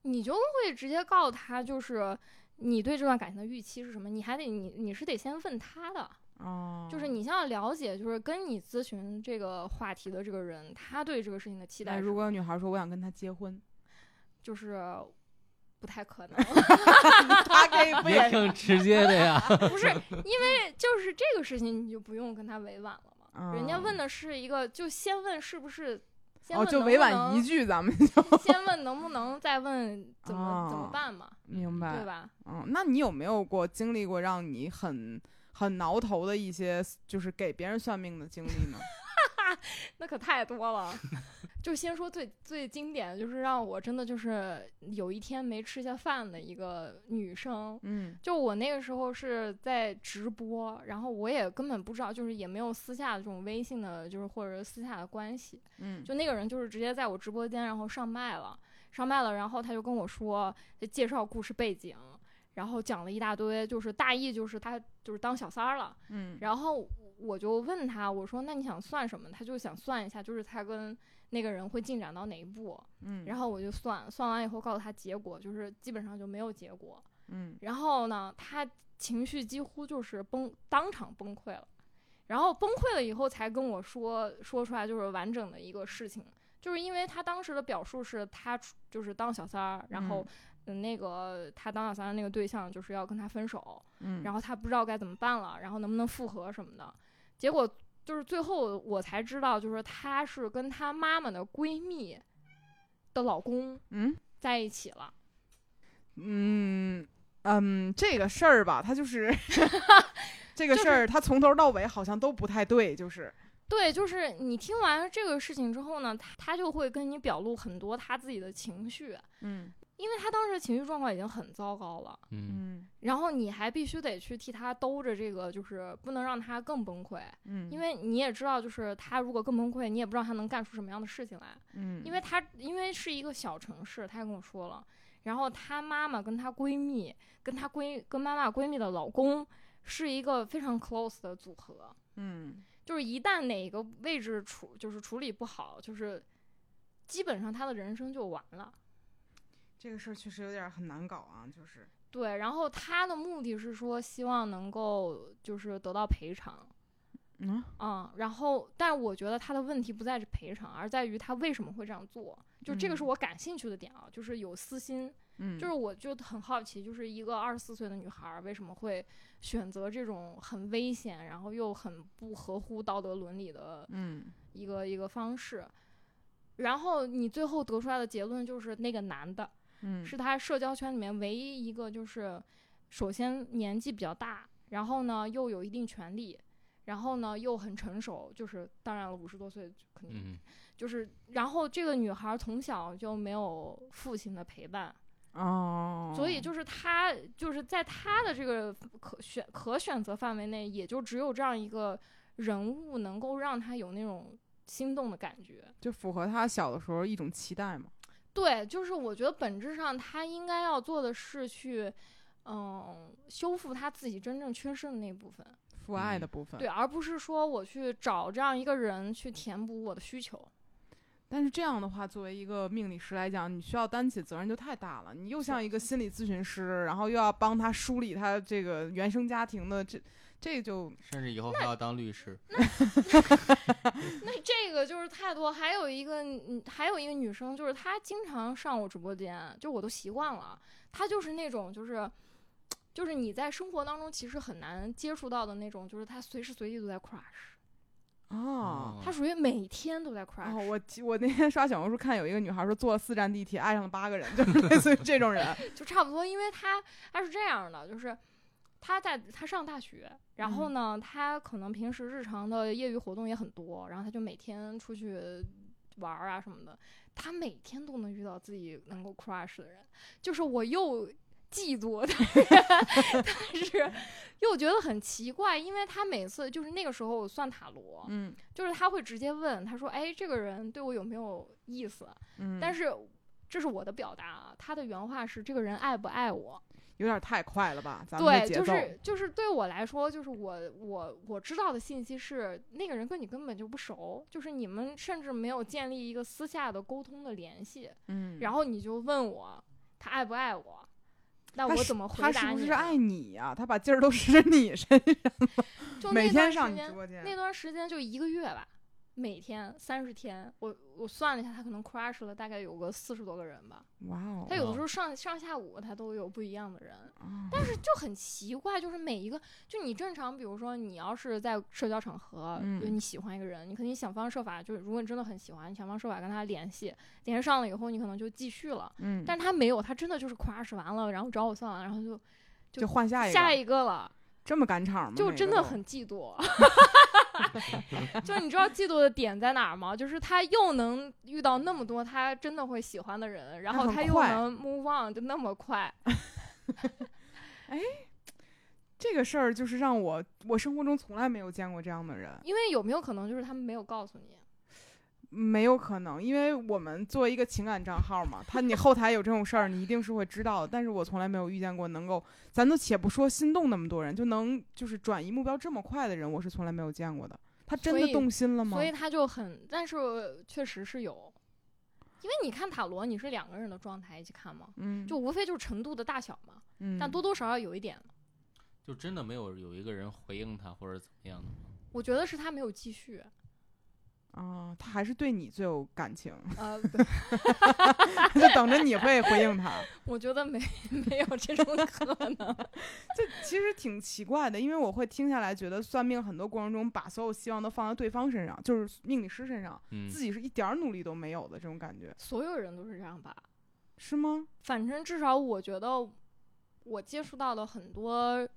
Speaker 2: 你就会直接告诉他，就是你对这段感情的预期是什么？你还得你你是得先问他的，
Speaker 1: 哦，
Speaker 2: 就是你先要了解，就是跟你咨询这个话题的这个人，他对这个事情的期
Speaker 1: 那
Speaker 2: 待是
Speaker 1: 如
Speaker 2: 什么，
Speaker 1: 果有女孩说我想跟他结 婚，
Speaker 2: 就是不太可能。
Speaker 1: 他可以 不
Speaker 3: 也
Speaker 1: 也
Speaker 3: 挺直接 的呀。
Speaker 2: 不是，因为就是这个事情，你就不用跟他委婉了嘛。
Speaker 1: 啊
Speaker 2: 人家问的是一个，就先问是不是，先
Speaker 1: 哦，
Speaker 2: 问
Speaker 1: 就
Speaker 2: 能
Speaker 1: 委
Speaker 2: 不
Speaker 1: 婉一
Speaker 2: 能，
Speaker 1: 句，咱们 就
Speaker 2: 先问能不能，再问怎么怎么
Speaker 1: 哦
Speaker 2: 办嘛，
Speaker 1: 明白
Speaker 2: 对吧？
Speaker 1: 嗯，那你有没有过经历过让你很很挠头的 一些，就是给别人算命的经历呢？
Speaker 2: 那可太多了， 就先说最最经典的，就是让我真的就是有一天没吃下饭的一个女生。
Speaker 1: 嗯
Speaker 2: 就我那个时候是在直播，然后我也根本不知道，就是也没有私下的这种微信的，就是或者是私下的关系。
Speaker 1: 嗯，
Speaker 2: 就那个人就是直接在我直播间，然后上麦了，上麦了，然后他就跟我说，介绍故事背景，然后讲了一大堆，就是大意就是他就是当小三儿了。
Speaker 1: 嗯
Speaker 2: 然后我就问他，我说那你想算什么？他就想算一下，就是他跟那个人会进展到哪一步。
Speaker 1: 嗯，
Speaker 2: 然
Speaker 1: 后
Speaker 2: 后我就算，算完以后告诉他结果，就是基本上就没有结果。
Speaker 1: 嗯
Speaker 2: 然后呢，他情绪几乎就是崩，当场崩溃了。然后崩溃了以后才跟我说说出来，就是完整的一个事情，就是因为他当时的表述是他出就是当小三儿，然后嗯那个他当小三儿那个对象就是要跟他分手，
Speaker 1: 嗯，
Speaker 2: 然
Speaker 1: 后
Speaker 2: 后他不知道该怎么办了，然后能不能复合什么的。结果就是最后我才知道，就是她是跟她妈妈的闺蜜的老公
Speaker 1: 嗯
Speaker 2: 在一起了。
Speaker 1: 嗯嗯，这个事儿吧，他就是 这个
Speaker 2: 就
Speaker 1: 事儿，他从头到尾好像都不太对，就是
Speaker 2: 对，就是你听完这个事情之后呢，她她就会跟你表露很多她自己的情绪，
Speaker 1: 嗯
Speaker 2: 因为她当时的情绪状况已经很糟糕了，
Speaker 3: 嗯
Speaker 1: 嗯
Speaker 2: 然后你还必须得去替她兜着这个，就是不能让她更崩溃，
Speaker 1: 嗯，
Speaker 2: 因为你也知道，就是她如果更崩溃，你也不知道她能干出什么样的事情来。
Speaker 1: 嗯，
Speaker 2: 因为她因为是一个小城市，她也跟我说了，然后她妈妈跟她闺蜜，跟她闺跟妈妈闺蜜的老公是一个非常 close 的组合，
Speaker 1: 嗯
Speaker 2: 就是一旦哪个位置处就是处理不好，就是基本上她的人生就完了。
Speaker 1: 这个事儿确实有点儿很难搞啊，就是
Speaker 2: 对，然后她的目的是说希望能够就是得到赔偿。
Speaker 1: 嗯
Speaker 2: 嗯，然后，但我觉得她的问题不在是赔偿，而在于她为什么会这样做。就这个是
Speaker 1: 嗯
Speaker 2: 我感兴趣的点啊，就是有私心，
Speaker 1: 嗯，
Speaker 2: 就是我就很好奇，就是一个二十四岁的女孩儿为什么会选择这种很危险，然后又很不合乎道德伦理的
Speaker 1: 嗯
Speaker 2: 一个一个方式。然后你最后得出来的结论就是，那个男的
Speaker 1: 嗯
Speaker 2: 是他社交圈里面唯一一个，就是首先年纪比较大，然后呢又有一定权利，然后呢又很成熟，就是当然了，五十多岁就肯定、
Speaker 3: 嗯，
Speaker 2: 就是。然后这个女孩儿从小就没有父亲的陪伴，
Speaker 1: 哦，
Speaker 2: 所以就是他就是在他的这个可选可选择范围内，也就只有这样一个人物能够让他有那种心动的感觉。
Speaker 1: 就符合他小的时候一种期待嘛，
Speaker 2: 对，就是我觉得本质上他应该要做的是去，嗯，修复他自己真正缺失的那部分，
Speaker 1: 父爱
Speaker 3: 嗯
Speaker 1: 的部分。
Speaker 2: 对，，而不是说我去找这样一个人去填补我的需求。
Speaker 1: 但是这样的话，作为一个命理师来讲，你需要担起责任就太大了。你又像一个心理咨询师，然后又要帮他梳理他这个原生家庭的，这这就
Speaker 3: 甚至以后还要当律师。
Speaker 2: 那这个就是太多。还有一个，嗯，还有一个女生，就是她经常上我直播间，就我都习惯了。她就是那种，就是，就是你在生活当中其实很难接触到的那种，就是她随时随地都在 crush，
Speaker 3: 嗯
Speaker 1: 哦。
Speaker 2: 她属于每天都在 crush。
Speaker 1: 哦，我记我那天刷小红书看有一个女孩说坐了四站地铁爱上了八个人，就是类似于这种 人。
Speaker 2: 就差不多，因为他他是这样的，就是他在他上大学，然后呢，他可能平时日常的业余活动也很多，然后他就每天出去玩儿啊什么的，他每天都能遇到自己能够 crush 的人，就是我又。嫉妒，但是 但是又觉得很奇怪，因为他每次就是那个时候我算塔罗，
Speaker 1: 嗯
Speaker 2: 就是他会直接问他说：“哎，这个人对我有没有意思？”啊
Speaker 1: 嗯，
Speaker 2: 但
Speaker 1: 是
Speaker 2: 是这是我的表达啊，他的原话是这个人爱不爱我？
Speaker 1: 有点太快了吧？咱们
Speaker 2: 对，
Speaker 1: 这节
Speaker 2: 就
Speaker 1: 奏。
Speaker 2: 是就是对我来说，就是我我我知道的信息是那个人跟你根本就不熟，就是你们甚至没有建立一个私下的沟通的联系，
Speaker 1: 嗯，
Speaker 2: 然后你就问我他爱不爱我，那
Speaker 1: 他
Speaker 2: 我
Speaker 1: 是
Speaker 2: 怎么回
Speaker 1: 他是
Speaker 2: 答
Speaker 1: 不
Speaker 2: 你啊
Speaker 1: 是
Speaker 2: 呢？
Speaker 1: 爱你呀、他把劲儿都使你身上，
Speaker 2: 就
Speaker 1: 每
Speaker 2: 那
Speaker 1: 天
Speaker 2: 段
Speaker 1: 上
Speaker 2: 时
Speaker 1: 你直
Speaker 2: 间，
Speaker 1: 播间。
Speaker 2: 那段时间就一个月吧。每天三十天，我我算了一下，他可能 crush 了大概有个四十多个人吧。
Speaker 1: 哇哦！
Speaker 2: 他有的时
Speaker 3: 哦
Speaker 2: 候上上下午他都有不一样的人，
Speaker 1: 哦
Speaker 2: 但是就很奇怪，就是每一个，就你正常，比如说你要是在社交场合，
Speaker 1: 嗯
Speaker 2: 就你喜欢一个人，你肯定想方设法，就是如果你真的很喜欢，你想方设法跟他联系，联系上了以后，你可能就继续了。
Speaker 1: 嗯，
Speaker 2: 但是他没有，他真的就是 crush 完了，然后找我算了，然后就
Speaker 1: 就换下一个，
Speaker 2: 下一个了，
Speaker 1: 这么赶场吗？
Speaker 2: 就
Speaker 1: 每个
Speaker 2: 真的
Speaker 1: 都
Speaker 2: 很嫉妒。就是你知道嫉妒的点在哪儿吗？就是他又能遇到那么多他真的会喜欢的人，然
Speaker 1: 那
Speaker 2: 后
Speaker 1: 很
Speaker 2: 他又
Speaker 1: 快
Speaker 2: 能 move on 就那么快。
Speaker 1: 这个事儿就是让我，我生活中从来没有见过这样的人，
Speaker 2: 因为有没有可能就是他们没有告诉你？
Speaker 1: 没有可能，因为我们作为一个情感账号嘛，他你后台有这种事儿，你一定是会知道的。但是我从来没有遇见过能够，咱都且不说心动那么多人，就能就是转移目标这么快的人，我是从来没有见过的。他真
Speaker 2: 所
Speaker 1: 的
Speaker 2: 以
Speaker 1: 动心了吗
Speaker 2: 所？以他就很，但是确实是有，因为你看塔罗，你是两个人的状态一起看嘛，
Speaker 1: 嗯，
Speaker 2: 就无非就是程度的大小嘛，
Speaker 1: 嗯，
Speaker 2: 但多多少少有一点，
Speaker 3: 就真的没有有一个人回应他或者怎么样的吗？
Speaker 2: 我觉得是他没有继续，
Speaker 1: 啊，他还是对你最有感 情，
Speaker 2: 呃，
Speaker 1: 他就等着你会回应他。
Speaker 2: 我觉得没没有这种可能，
Speaker 1: 这其实挺奇怪的，因为我会听下来觉得算命很多过程中把所有希望都放在对方身上，就是命理师身上，
Speaker 3: 嗯
Speaker 1: 自，己是一点儿努力都没有的这种感觉，
Speaker 2: 所有人都是这样吧？
Speaker 1: 是吗？
Speaker 2: 反正至少我觉得，我接触到的很多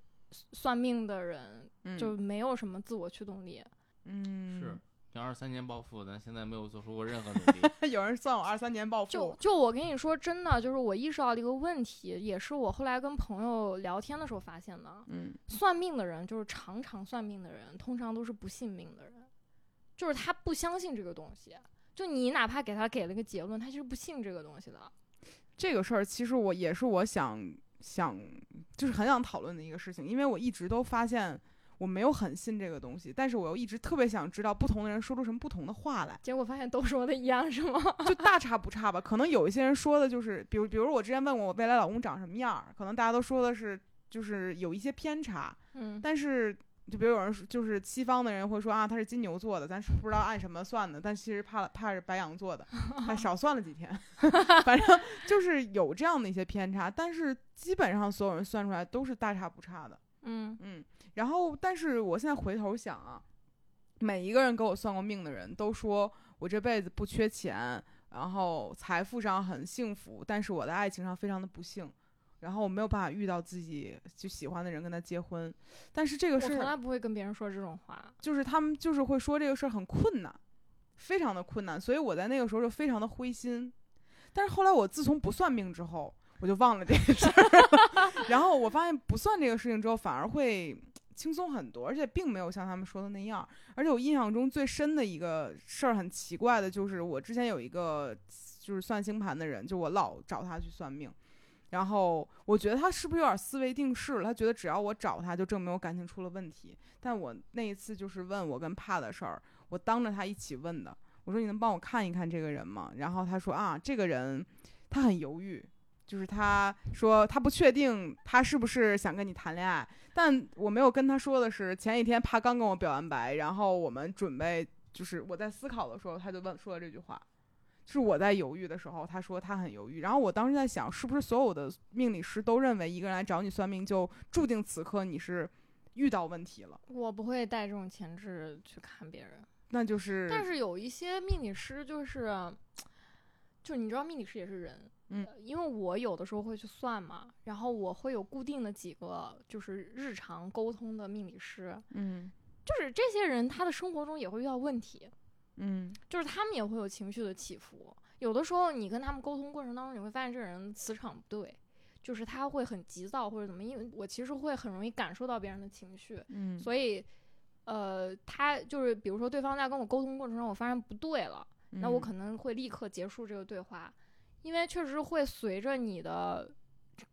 Speaker 2: 算命的人，
Speaker 1: 嗯
Speaker 2: 就没有什么自我驱动力。
Speaker 1: 嗯，
Speaker 3: 是。你二三年暴富，咱现在没有做出过任何努 力。
Speaker 1: 有人算我二三年暴
Speaker 2: 就
Speaker 1: 富，
Speaker 2: 就我跟你说，真的就是我意识到的一个问题，也是我后来跟朋友聊天的时候发现的。
Speaker 1: 嗯，
Speaker 2: 算命的人，就是常常算命的人，通常都是不信命的人，就是他不相信这个东西。就你哪怕给他给了个结论，他是不信这个东西的。
Speaker 1: 这个事儿其实我也是我想想，就是很想讨论的一个事情，因为我一直都发现我没有很信这个东西，但是我又一直特别想知道不同的人说出什么不同的话来。
Speaker 2: 结果发现都说的一样，是吗？
Speaker 1: 就大差不差吧。可能有一些人说的就是，比如比如我之前问过我未来老公长什么样儿，可能大家都说的是就是有一些偏差，
Speaker 2: 嗯，
Speaker 1: 但是。就比如有人说，就是西方的人会说啊，他是金牛座的，咱是不知道按什么算的，但其实怕怕是白羊座的，还少算了几天， 反正就是有这样的一些偏差，但是基本上所有人算出来都是大差不差的。
Speaker 2: 嗯，
Speaker 1: 嗯，然后但是我现在回头想啊，每一个人给我算过命的人都说我这辈子不缺钱，然后财富上很幸福，但是我在爱情上非常的不幸，然后我没有办法遇到自己就喜欢的人跟他结婚，但是这
Speaker 2: 我
Speaker 1: 个事
Speaker 2: 从来
Speaker 1: 儿
Speaker 2: 不会跟别人说这种话。
Speaker 1: 就是他们就是会说这个事儿很困难，非常的困难，所以我在那个时候就非常的灰心，但是后来我自从不算命之后。我就忘了这个事儿 了，然后我发现不算这个事情之后，反而会轻松很多，而且并没有像他们说的那样。而且我印象中最深的一个事儿很奇怪的就是，我之前有一个就是算星盘的人，就我老找他去算命，然后我觉得他是不是有点思维定式了？他觉得只要我找他，就证明我感情出了问题。但我那一次就是问我跟怕的事儿，我当着他一起问的。我说你能帮我看一看这个人吗？然后他说啊，这个人他很犹豫，就是他说他不确定他是不是想跟你谈恋爱，但我没有跟他说的是，前几天他刚跟我表完白，然后我们准备就是我在思考的时候，他就问说了这句话，就是我在犹豫的时候，他说他很犹豫，然后我当时在想，是不是所有的命理师都认为一个人来找你算命，就注定此刻你是遇到问题了，
Speaker 2: 我不会带这种前置去看别人，
Speaker 1: 那就是，
Speaker 2: 但是有一些命理师就是，就你知道命理师也是人，
Speaker 1: 嗯
Speaker 2: 呃，因为我有的时候会去算嘛，然后我会有固定的几个就是日常沟通的命理师，
Speaker 1: 嗯
Speaker 2: 就是这些人他的生活中也会遇到问题，
Speaker 1: 嗯
Speaker 2: 就是他们也会有情绪的起伏。有的时候你跟他们沟通过程当中，你会发现这个人磁场不对，就是他会很急躁或者怎么。因为我其实会很容易感受到别人的情绪，
Speaker 1: 嗯
Speaker 2: 所以，呃，他就是比如说对方在跟我沟通过程中，我发现不对了，那
Speaker 1: 嗯
Speaker 2: 我可能会立刻结束这个对话，因为确实会随着你的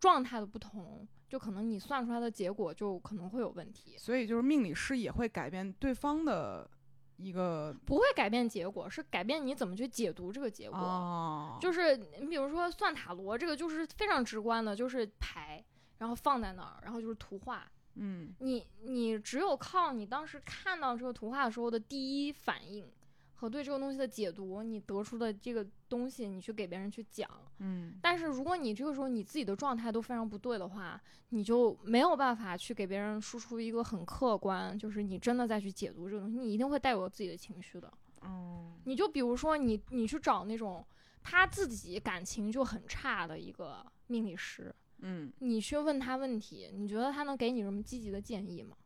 Speaker 2: 状态的不同，就可能你算出来的结果就可能会有问题。
Speaker 1: 所以就是命理师也会改变对方的一个
Speaker 2: 不会改变结果，是改变你怎么去解读这个结果。
Speaker 1: 哦，
Speaker 2: 就是你比如说算塔罗，这个就是非常直观的，就是牌，然后放在那儿，然后就是图画。
Speaker 1: 嗯
Speaker 2: 你你只有靠你当时看到这个图画的时候的第一反应和对这个东西的解读，你得出的这个东西，你去给别人去讲。
Speaker 1: 嗯
Speaker 2: 但是如果你这个时候你自己的状态都非常不对的话，你就没有办法去给别人输出一个很客观，就是你真的再去解读这个东西，你一定会带有自己的情绪的。
Speaker 1: 哦，
Speaker 2: 你就比如说你你去找那种他自己感情就很差的一个命理师，
Speaker 1: 嗯，
Speaker 2: 你去问他问题，你觉得他能给你什么积极的建议吗？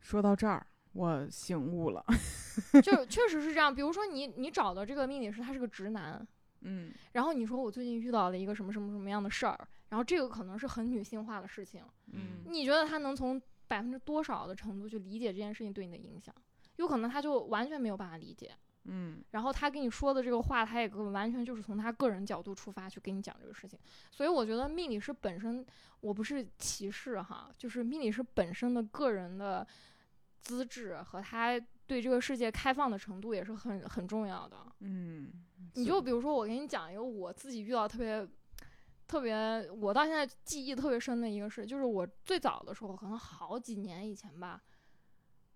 Speaker 1: 说到这儿，我醒悟了，
Speaker 2: 就是确实是这样。比如说你你找的这个命理师他是个直男，
Speaker 1: 嗯
Speaker 2: 然后你说我最近遇到了一个什么什么什么样的事儿，然后这个可能是很女性化的事情，
Speaker 1: 嗯
Speaker 2: 你觉得他能从百分之多少的程度去理解这件事情对你的影响？有可能他就完全没有办法理解，
Speaker 1: 嗯
Speaker 2: 然后他跟你说的这个话，他也跟完全就是从他个人角度出发去跟你讲这个事情。所以我觉得命理师本身，我不是歧视哈，就是命理师本身的个人的资质和他对这个世界开放的程度也是很很重要的。
Speaker 1: 嗯，
Speaker 2: 你就比如说，我给你讲一个我自己遇到特别特别，我到现在记忆特别深的一个事，就是我最早的时候，可能好几年以前吧，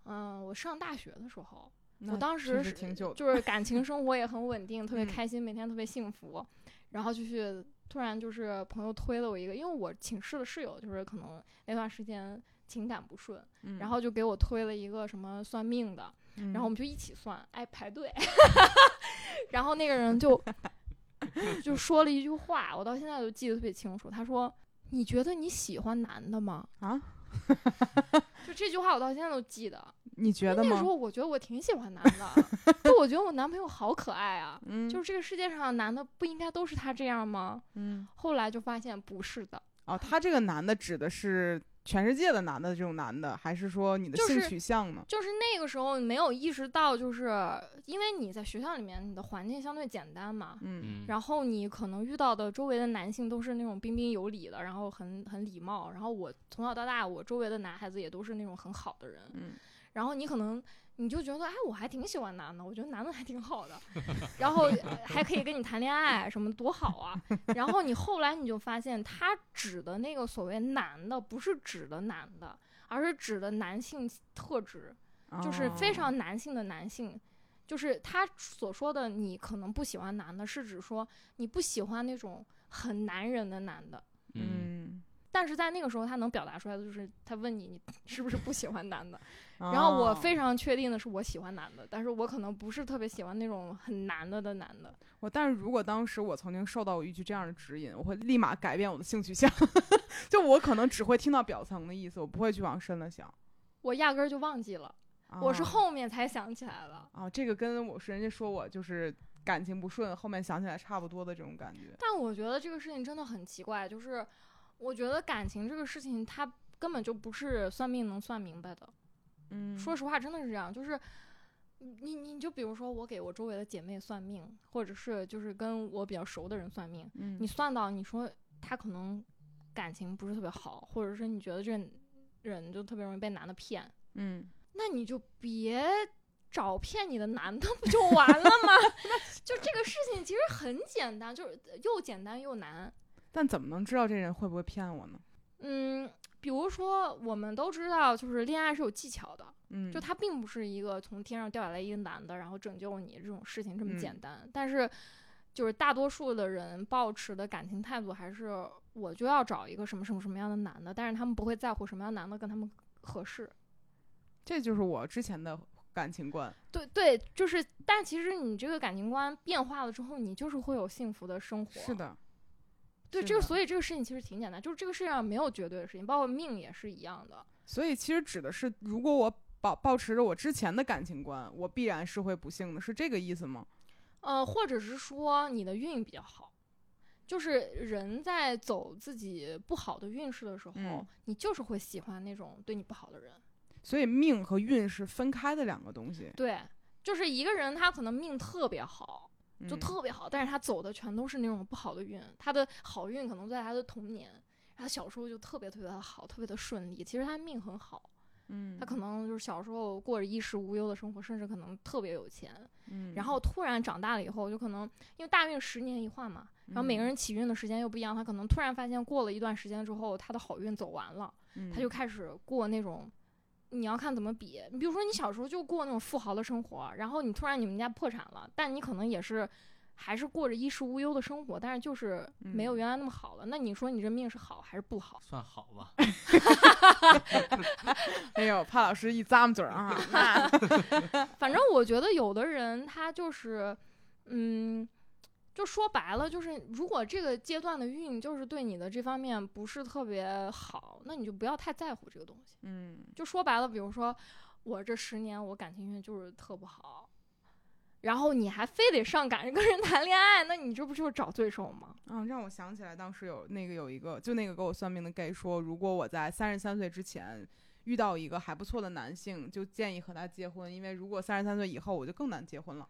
Speaker 2: 嗯，我上大学的时候，
Speaker 1: 那
Speaker 2: 我当
Speaker 1: 真
Speaker 2: 时
Speaker 1: 是
Speaker 2: 是
Speaker 1: 挺久的，
Speaker 2: 就 是感情生活也很稳定，特别
Speaker 1: 嗯
Speaker 2: 开心，每天特别幸福。然后就是突然就是朋友推了我一个，因为我寝室的室友就是可能那段时间情感不顺，
Speaker 1: 嗯
Speaker 2: 然后就给我推了一个什么算命的，
Speaker 1: 嗯
Speaker 2: 然后我们就一起算，哎 排队，然后那个人就就说了一句话，我到现在都记得特别清楚，他说。你觉得你喜欢男的吗？
Speaker 1: 啊，
Speaker 2: 就这句话我到现在都记得。
Speaker 1: 你觉得
Speaker 2: 那个时
Speaker 1: 吗？
Speaker 2: 候我觉得我挺喜欢男的，就我觉得我男朋友好可 爱啊。
Speaker 1: 嗯，
Speaker 2: 就是这个世界上的男的不应该都是他这样吗？
Speaker 1: 嗯
Speaker 2: 后来就发现不是的，
Speaker 1: 哦，他这个男的指的是全世界的男的这种男的，还是说你的
Speaker 2: 就
Speaker 1: 性
Speaker 2: 是
Speaker 1: 取向呢？
Speaker 2: 就是那个时候你没有意识到，就是因为你在学校里面，你的环境相对简单嘛，
Speaker 1: 嗯
Speaker 3: 嗯，
Speaker 2: 然后你可能遇到的周围的男性都是那种彬彬有礼的，然后很很礼貌，然后我从小到大我周围的男孩子也都是那种很好的人，
Speaker 1: 嗯
Speaker 2: 然后你可能你就觉得，哎，我还挺喜欢男的，我觉得男的还挺好的， 然后呃还可以跟你谈恋爱，什么多好啊。然后你后来你就发现，他指的那个所谓男的，不是指的男的，而是指的男性特质，
Speaker 1: 嗯
Speaker 2: 就是
Speaker 1: 哦
Speaker 2: 非常男性的男性。就是他所说的你可能不喜欢男的，是指说你不喜欢那种很男人的男的。
Speaker 3: 嗯
Speaker 1: 嗯，
Speaker 2: 但是在那个时候，他能表达出来的就是他问你，你是不是不喜欢男的？
Speaker 1: 然
Speaker 2: 然后
Speaker 1: 哦
Speaker 2: 我非常确定的是，我喜欢男的，但是我可能不是特别喜欢那种很男的的男的。
Speaker 1: 我，但是如果当时我曾经受到过一句这样的指引，我会立马改变我的性取向， 就我可能只会听到表层的意思，我不会去往深了想。
Speaker 2: 我压根儿就忘记了，
Speaker 1: 啊
Speaker 2: 我是后面才想起来了。
Speaker 1: 啊，这个跟我是人家说我就是感情不顺，后面想起来差不多的这种感觉。
Speaker 2: 但我觉得这个事情真的很奇怪，就是我觉得感情这个事情，它根本就不是算命能算明白的。
Speaker 1: 嗯
Speaker 2: 说实话，真的是这样，就是。你你就比如说，我给我周围的姐妹算命，或者是就是跟我比较熟的人算命，
Speaker 1: 嗯
Speaker 2: 你算到你说他可能感情不是特别好，或者是你觉得这人就特别容易被男的骗，
Speaker 1: 嗯，
Speaker 2: 那你就别找骗你的男的不就完了吗？ 就这个事情其实很简单，就是又简单又难。
Speaker 1: 但怎么能知道这人会不会骗我呢？
Speaker 2: 嗯，比如说我们都知道，就是恋爱是有技巧的，
Speaker 1: 嗯，
Speaker 2: 就它并不是一个从天上掉下来一个男的，然后拯救你这种事情这么
Speaker 1: 嗯
Speaker 2: 简单。但是，就是大多数的人抱持的感情态度还是我就要找一个什么什么什么样的男的，但是他们不会在乎什么样的男的跟他们合适。
Speaker 1: 这就是我之前的感情观。
Speaker 2: 对对，就是，但其实你这个感情观变化了之后，你就是会有幸福的生活。
Speaker 1: 是，的，
Speaker 2: 对
Speaker 1: 是
Speaker 2: 这个，
Speaker 1: 的
Speaker 2: 所以这个事情其实挺简单，就是这个世界上没有绝对的事情，包括命也是一样的。
Speaker 1: 所以其实指的是，如果我保保持着我之前的感情观，我必然是会不幸的，是这个意思吗？
Speaker 2: 呃，或者是说你的运比较好，就是人在走自己不好的运势的时候，
Speaker 1: 嗯
Speaker 2: 你就是会喜欢那种对你不好的人。
Speaker 1: 所以命和运是分开的两个东西，
Speaker 2: 对，就是一个人他可能命特别好，就
Speaker 1: 嗯
Speaker 2: 特别好，但是他走的全都是那种不好的运，他的好运可能在他的童年，他小时候就特别特别的好，特别的顺利。其实他命很好，
Speaker 1: 嗯，
Speaker 2: 他可能就是小时候过着衣食无忧的生活，甚至可能特别有钱。
Speaker 1: 嗯，
Speaker 2: 然后突然长大了以后，就可能因为大运十年一换嘛，然后每
Speaker 1: 嗯
Speaker 2: 个人起运的时间又不一样，他可能突然发现过了一段时间之后，他的好运走完了，
Speaker 1: 嗯
Speaker 2: 他就开始过那种。你要看怎么比，你比如说你小时候就过那种富豪的生活，然后你突然你们家破产了，但你可能也是还是过着衣食无忧的生活，但是就是没
Speaker 1: 嗯
Speaker 2: 有原来那么好了。那你说你这命是好还是不好？
Speaker 3: 算好吧，
Speaker 1: 哎呦，潘老师一咂摸嘴儿 啊， 那
Speaker 2: 反
Speaker 1: 哦
Speaker 2: 正我觉得有的人他就是，嗯，就说白了，就是如果这个阶段的运就是对你的这方面不是特别好，那你就不要太在乎这个东西。
Speaker 1: 嗯
Speaker 2: 就说白了，比如说我这十年我感情运就是特不好，然后你还非得上赶着跟人谈恋爱，那你这不就是找罪受吗？
Speaker 1: 嗯，让我想起来当时有那个有一个，就那个给我算命的 gay 说，如果我在三十三岁之前遇到一个还不错的男性，就建议和他结婚，因为如果三十三岁以后，我就更难结婚了。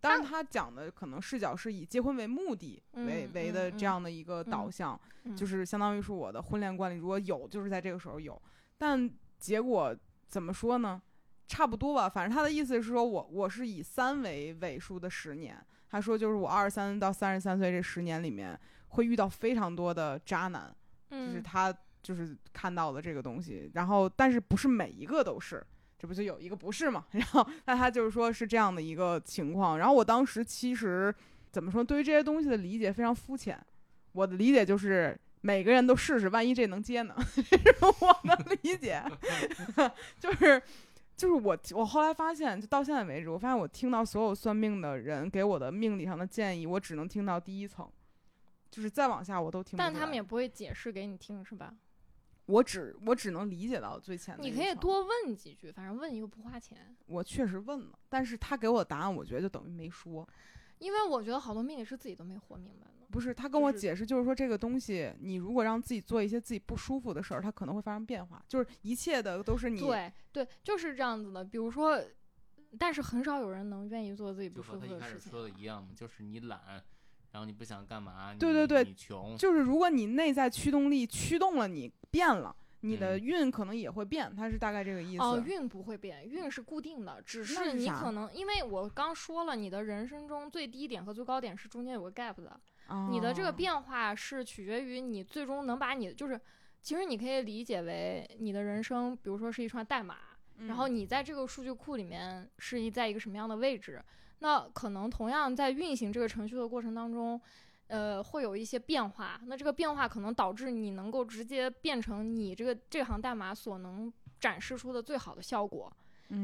Speaker 1: 当然，他讲的可能视角是以结婚为目的为、
Speaker 2: 嗯
Speaker 1: 为的
Speaker 2: 嗯
Speaker 1: 这样的一个导
Speaker 2: 嗯
Speaker 1: 向，
Speaker 2: 嗯
Speaker 1: 就是相当于是我的婚恋观里，如果有，就是在这个时候有。但结果怎么说呢？差不多吧，反正他的意思是说我我是以三为尾数的十年，他说就是我二十三到三十三岁这十年里面会遇到非常多的渣男，就是
Speaker 2: 嗯，
Speaker 1: 他就是看到了这个东西，然后但是不是每一个都是，这不就有一个不是嘛？ 然后那他就是说是这样的一个情况，然后我当时其实怎么说，对于这些东西的理解非常肤浅，我的理解就是。每个人都试试，万一这能接呢？ 这是我的理解， 就是就是我我后来发现，就到现在为止，我发现我听到所有算命的人给我的命理上的建议，我只能听到第一层，就是再往下我都听不出来。
Speaker 2: 但他们也不会解释给你听，是吧？
Speaker 1: 我只我只能理解到最浅的。
Speaker 2: 你可以，多问几句，反正问又不花钱。
Speaker 1: 我确实问了，但是他给我的答案，我觉得就等于没说。
Speaker 2: 因为我觉得好多命理师自己都没活明白呢。
Speaker 1: 不是，他跟
Speaker 2: 就
Speaker 1: 我
Speaker 2: 是
Speaker 1: 解释，就是说这个东西，你如果让自己做一些自己不舒服的事儿，它可能会发生变化，就是一切的都是你。
Speaker 2: 对对，就是这样子的。比如说，但是很少有人能愿意做自己不
Speaker 3: 就和
Speaker 2: 舒服
Speaker 3: 他一
Speaker 2: 的
Speaker 3: 开始
Speaker 2: 事情啊
Speaker 3: 说的
Speaker 2: 吧。
Speaker 3: 一样嘛，就是你懒，然后你不想干嘛，你
Speaker 1: 对对对
Speaker 3: 你穷，
Speaker 1: 就是如果你内在驱动力驱动了你变了，你的
Speaker 3: 嗯
Speaker 1: 运可能也会变，它是大概这个意思。
Speaker 2: 哦，运不会变，运是固定的，只
Speaker 1: 那
Speaker 2: 是
Speaker 1: 是
Speaker 2: 你
Speaker 1: 啥
Speaker 2: 可能因为我刚说了，你的人生中最低点和最高点是中间有个 gap 的，你的这个
Speaker 1: 哦
Speaker 2: 变化是取决于你最终能把你就是，其实你可以理解为你的人生，比如说是一串代码，然后
Speaker 1: 嗯
Speaker 2: 你在这个数据库里面是一在一个什么样的位置？那可能同样在运行这个程序的过程当中，呃，会有一些变化。那这个变化可能导致你能够直接变成你这个这行代码所能展示出的最好的效果，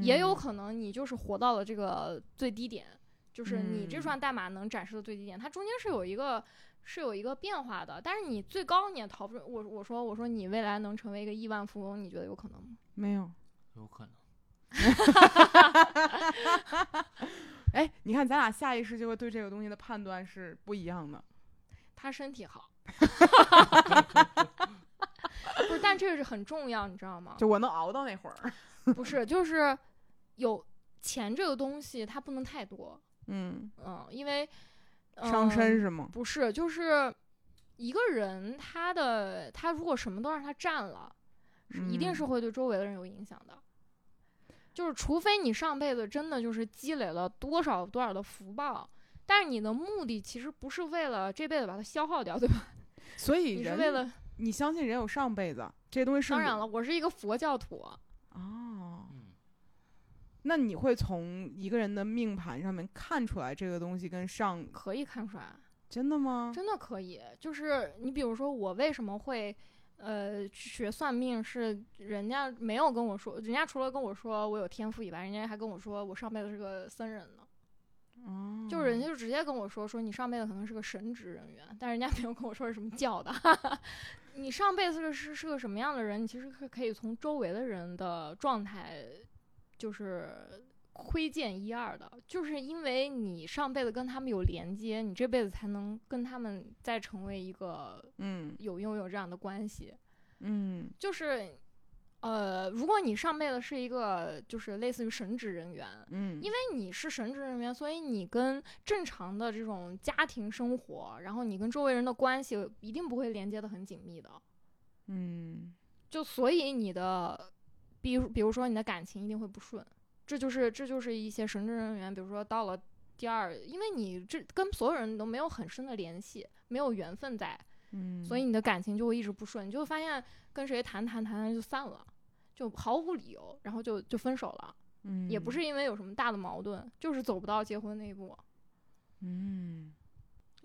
Speaker 2: 也有
Speaker 1: 嗯
Speaker 2: 可能你就是活到了这个最低点，就是你这
Speaker 1: 嗯
Speaker 2: 串代码能展示的最低点，它中间是有一个。是有一个变化的，但是你最高你也逃不出。我我说我说你未来能成为一个亿万富翁，你觉得有可能吗？
Speaker 1: 没有。
Speaker 3: 有可能。
Speaker 1: 哎，你看咱俩下意识就会对这个东西的判断是不一样的。
Speaker 2: 他身体好。不是，但这个是很重要，你知道吗？
Speaker 1: 就我能熬到那会儿，
Speaker 2: 不是，就是有钱这个东西，它不能太多，
Speaker 1: 嗯，
Speaker 2: 嗯，因为、嗯、
Speaker 1: 伤身是吗？
Speaker 2: 不是，就是一个人他的他如果什么都让他占了，是一定
Speaker 1: 嗯
Speaker 2: 是会对周围的人有影响的。就是除非你上辈子真的就是积累了多少多少的福报，但是你的目的其实不是为了这辈子把它消耗掉，对吧？
Speaker 1: 所以
Speaker 2: 你是
Speaker 1: 人
Speaker 2: 为了
Speaker 1: 你相信人有上辈子，这东西是
Speaker 2: 当
Speaker 1: 你
Speaker 2: 然了，我是一个佛教徒，
Speaker 1: 哦。
Speaker 3: 嗯，
Speaker 1: 那你会从一个人的命盘上面看出来这个东西跟上
Speaker 2: 可以看出来，
Speaker 1: 真的吗？
Speaker 2: 真的可以。就是你比如说，我为什么会呃去学算命，是人家没有跟我说，人家除了跟我说我有天赋以外，人家还跟我说我上辈子是个僧人呢。
Speaker 1: 哦，
Speaker 2: 就是人家就直接跟我说说你上辈子可能是个神职人员，但人家没有跟我说是什么教的。 你上辈子是是是个什么样的人，你其实是可以从周围的人的状态，就是窥见一二的。就是因为你上辈子跟他们有连接，你这辈子才能跟他们再成为一个
Speaker 1: 嗯
Speaker 2: 有拥有这样的关系。
Speaker 1: 嗯
Speaker 2: 就是，呃，如果你上辈子是一个就是类似于神职人员，
Speaker 1: 嗯，
Speaker 2: 因为你是神职人员，所以你跟正常的这种家庭生活，然后你跟周围人的关系一定不会连接的很紧密的。
Speaker 1: 嗯
Speaker 2: 就所以你的，比如比如说你的感情一定会不顺，这就是这就是一些神职人员，比如说到了第二，因为你这跟所有人都没有很深的联系，没有缘分在，
Speaker 1: 嗯，
Speaker 2: 所以你的感情就会一直不顺，你就会发现跟谁谈谈谈谈就散了，就毫无理由，然后就就分手了。
Speaker 1: 嗯
Speaker 2: 也不是因为有什么大的矛盾，就是走不到结婚那一步。
Speaker 1: 嗯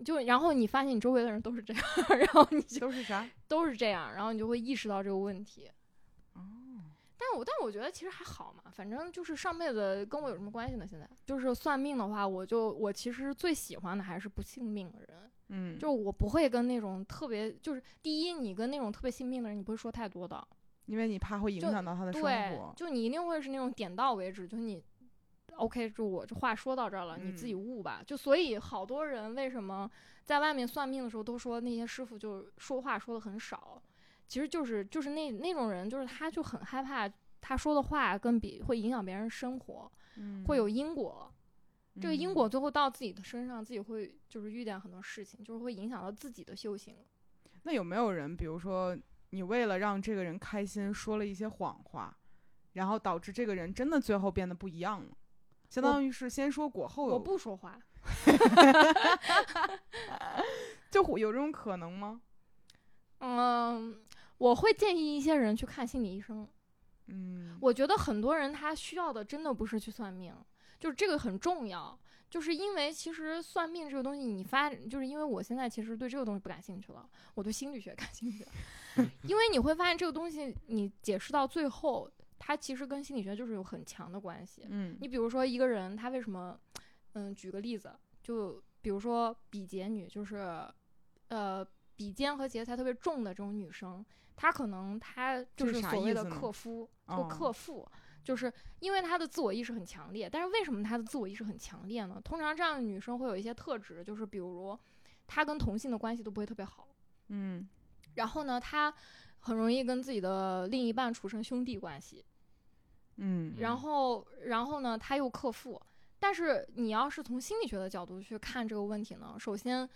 Speaker 2: 就然后你发现你周围的人都是这样， 然后你就
Speaker 1: 都是啥？
Speaker 2: 都是这样，然后你就会意识到这个问题。
Speaker 1: 哦，
Speaker 2: 但我但我觉得其实还好嘛，反正就是上辈子跟我有什么关系呢？现在就是算命的话，我就我其实最喜欢的还是不信命的人，
Speaker 1: 嗯，
Speaker 2: 就是我不会跟那种特别就是第一，你跟那种特别信命的人，你不会说太多的，
Speaker 1: 因为你怕会影
Speaker 2: 就
Speaker 1: 响到他的生
Speaker 2: 对
Speaker 1: 活，。
Speaker 2: 就你一定会是那种点到为止，就你 OK，就我这话说到这儿了，你自己
Speaker 1: 嗯
Speaker 2: 悟吧。就所以好多人为什么在外面算命的时候都说那些师傅就说话说的很少，其实就是就是那那种人，就是他就很害怕他说的话跟比会影响别人生活，
Speaker 1: 嗯
Speaker 2: 会有因果。这个因
Speaker 1: 嗯
Speaker 2: 果最后到自己的身上，自己会就是遇见很多事情，就是会影响到自己的修行。
Speaker 1: 那有没有人，比如说你为了让这个人开心，说了一些谎话，然后导致这个人真的最后变得不一样了？相
Speaker 2: 我
Speaker 1: 当于是先说果后
Speaker 2: 我
Speaker 1: 有，
Speaker 2: 不说话，
Speaker 1: 就会有这种可能吗？
Speaker 2: 嗯，我会建议一些人去看心理医生。
Speaker 1: 嗯，
Speaker 2: 我觉得很多人他需要的真的不是去算命，就是这个很重要。就是因为其实算命这个东西，你发就是因为我现在其实对这个东西不感兴趣了，我对心理学感 兴趣，因为你会发现这个东西你解释到最后，它其实跟心理学就是有很强的关系。
Speaker 1: 嗯，
Speaker 2: 你比如说一个人他为什么，嗯，举个例子，就比如说比劫女，就是，呃，比肩和劫财特别重的这种女生，她可能她
Speaker 1: 这
Speaker 2: 就是是
Speaker 1: 啥
Speaker 2: 所谓
Speaker 1: 意
Speaker 2: 的
Speaker 1: 思呢
Speaker 2: 克夫
Speaker 1: 哦
Speaker 2: 或克父，就是因为她的自我意识很强烈。但是为什么她的自我意识很强烈呢？通常这样的女生会有一些特质，就是比如她跟同性的关系都不会特别好，
Speaker 1: 嗯
Speaker 2: 然后呢，她很容易跟自己的另一半处成兄弟关系。
Speaker 1: 嗯
Speaker 2: 然后，然后呢，他又克父。但是你要是从心理学的角度去看这个问题呢，首先，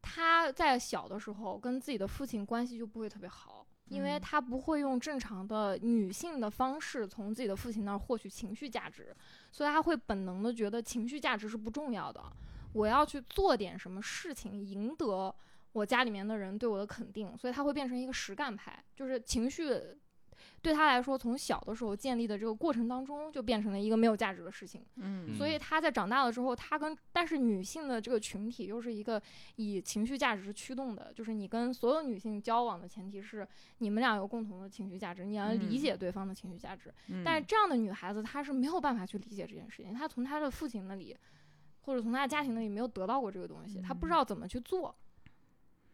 Speaker 2: 他在小的时候跟自己的父亲关系就不会特别好，因为
Speaker 1: 嗯
Speaker 2: 他不会用正常的女性的方式从自己的父亲那儿获取情绪价值，所以他会本能的觉得情绪价值是不重要的，我要去做点什么事情赢得我家里面的人对我的肯定，所以他会变成一个实干派，就是情绪对他来说，从小的时候建立的这个过程当中，就变成了一个没有价值的事情。
Speaker 1: 嗯
Speaker 2: 所以他在长大了之后，他跟但是女性的这个群体又是一个以情绪价值驱动的，就是你跟所有女性交往的前提是你们俩有共同的情绪价值，你要理解对方的情绪价值。
Speaker 1: 嗯
Speaker 2: 但是这样的女孩子，她是没有办法去理解这件事情，她从她的父亲那里，或者从她的家庭那里没有得到过这个东西，她不知
Speaker 1: 嗯
Speaker 2: 道怎么去做，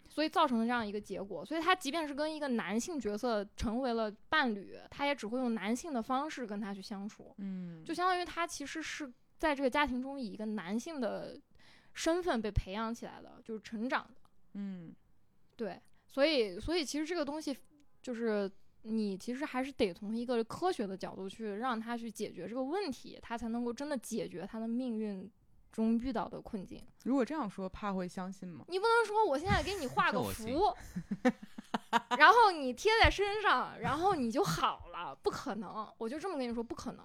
Speaker 2: 所以造成了这样一个结果。所以她即便是跟一个男性角色成为了伴侣，她也只会用男性的方式跟他去相处，
Speaker 1: 嗯
Speaker 2: 就相当于她其实是在这个家庭中以一个男性的身份被培养起来的，就是成长的。
Speaker 1: 嗯
Speaker 2: 对，所以所以其实这个东西就是你其实还是得从一个科学的角度去让他去解决这个问题，他才能够真的解决他的命运中遇到的困境。
Speaker 1: 如果这样说，怕会相信吗？
Speaker 2: 你不能说我现在给你画
Speaker 3: 这
Speaker 2: 个
Speaker 3: 我信
Speaker 2: 符，然后你贴在身上，然后你就好了，不可能。我就这么跟你说，不可能。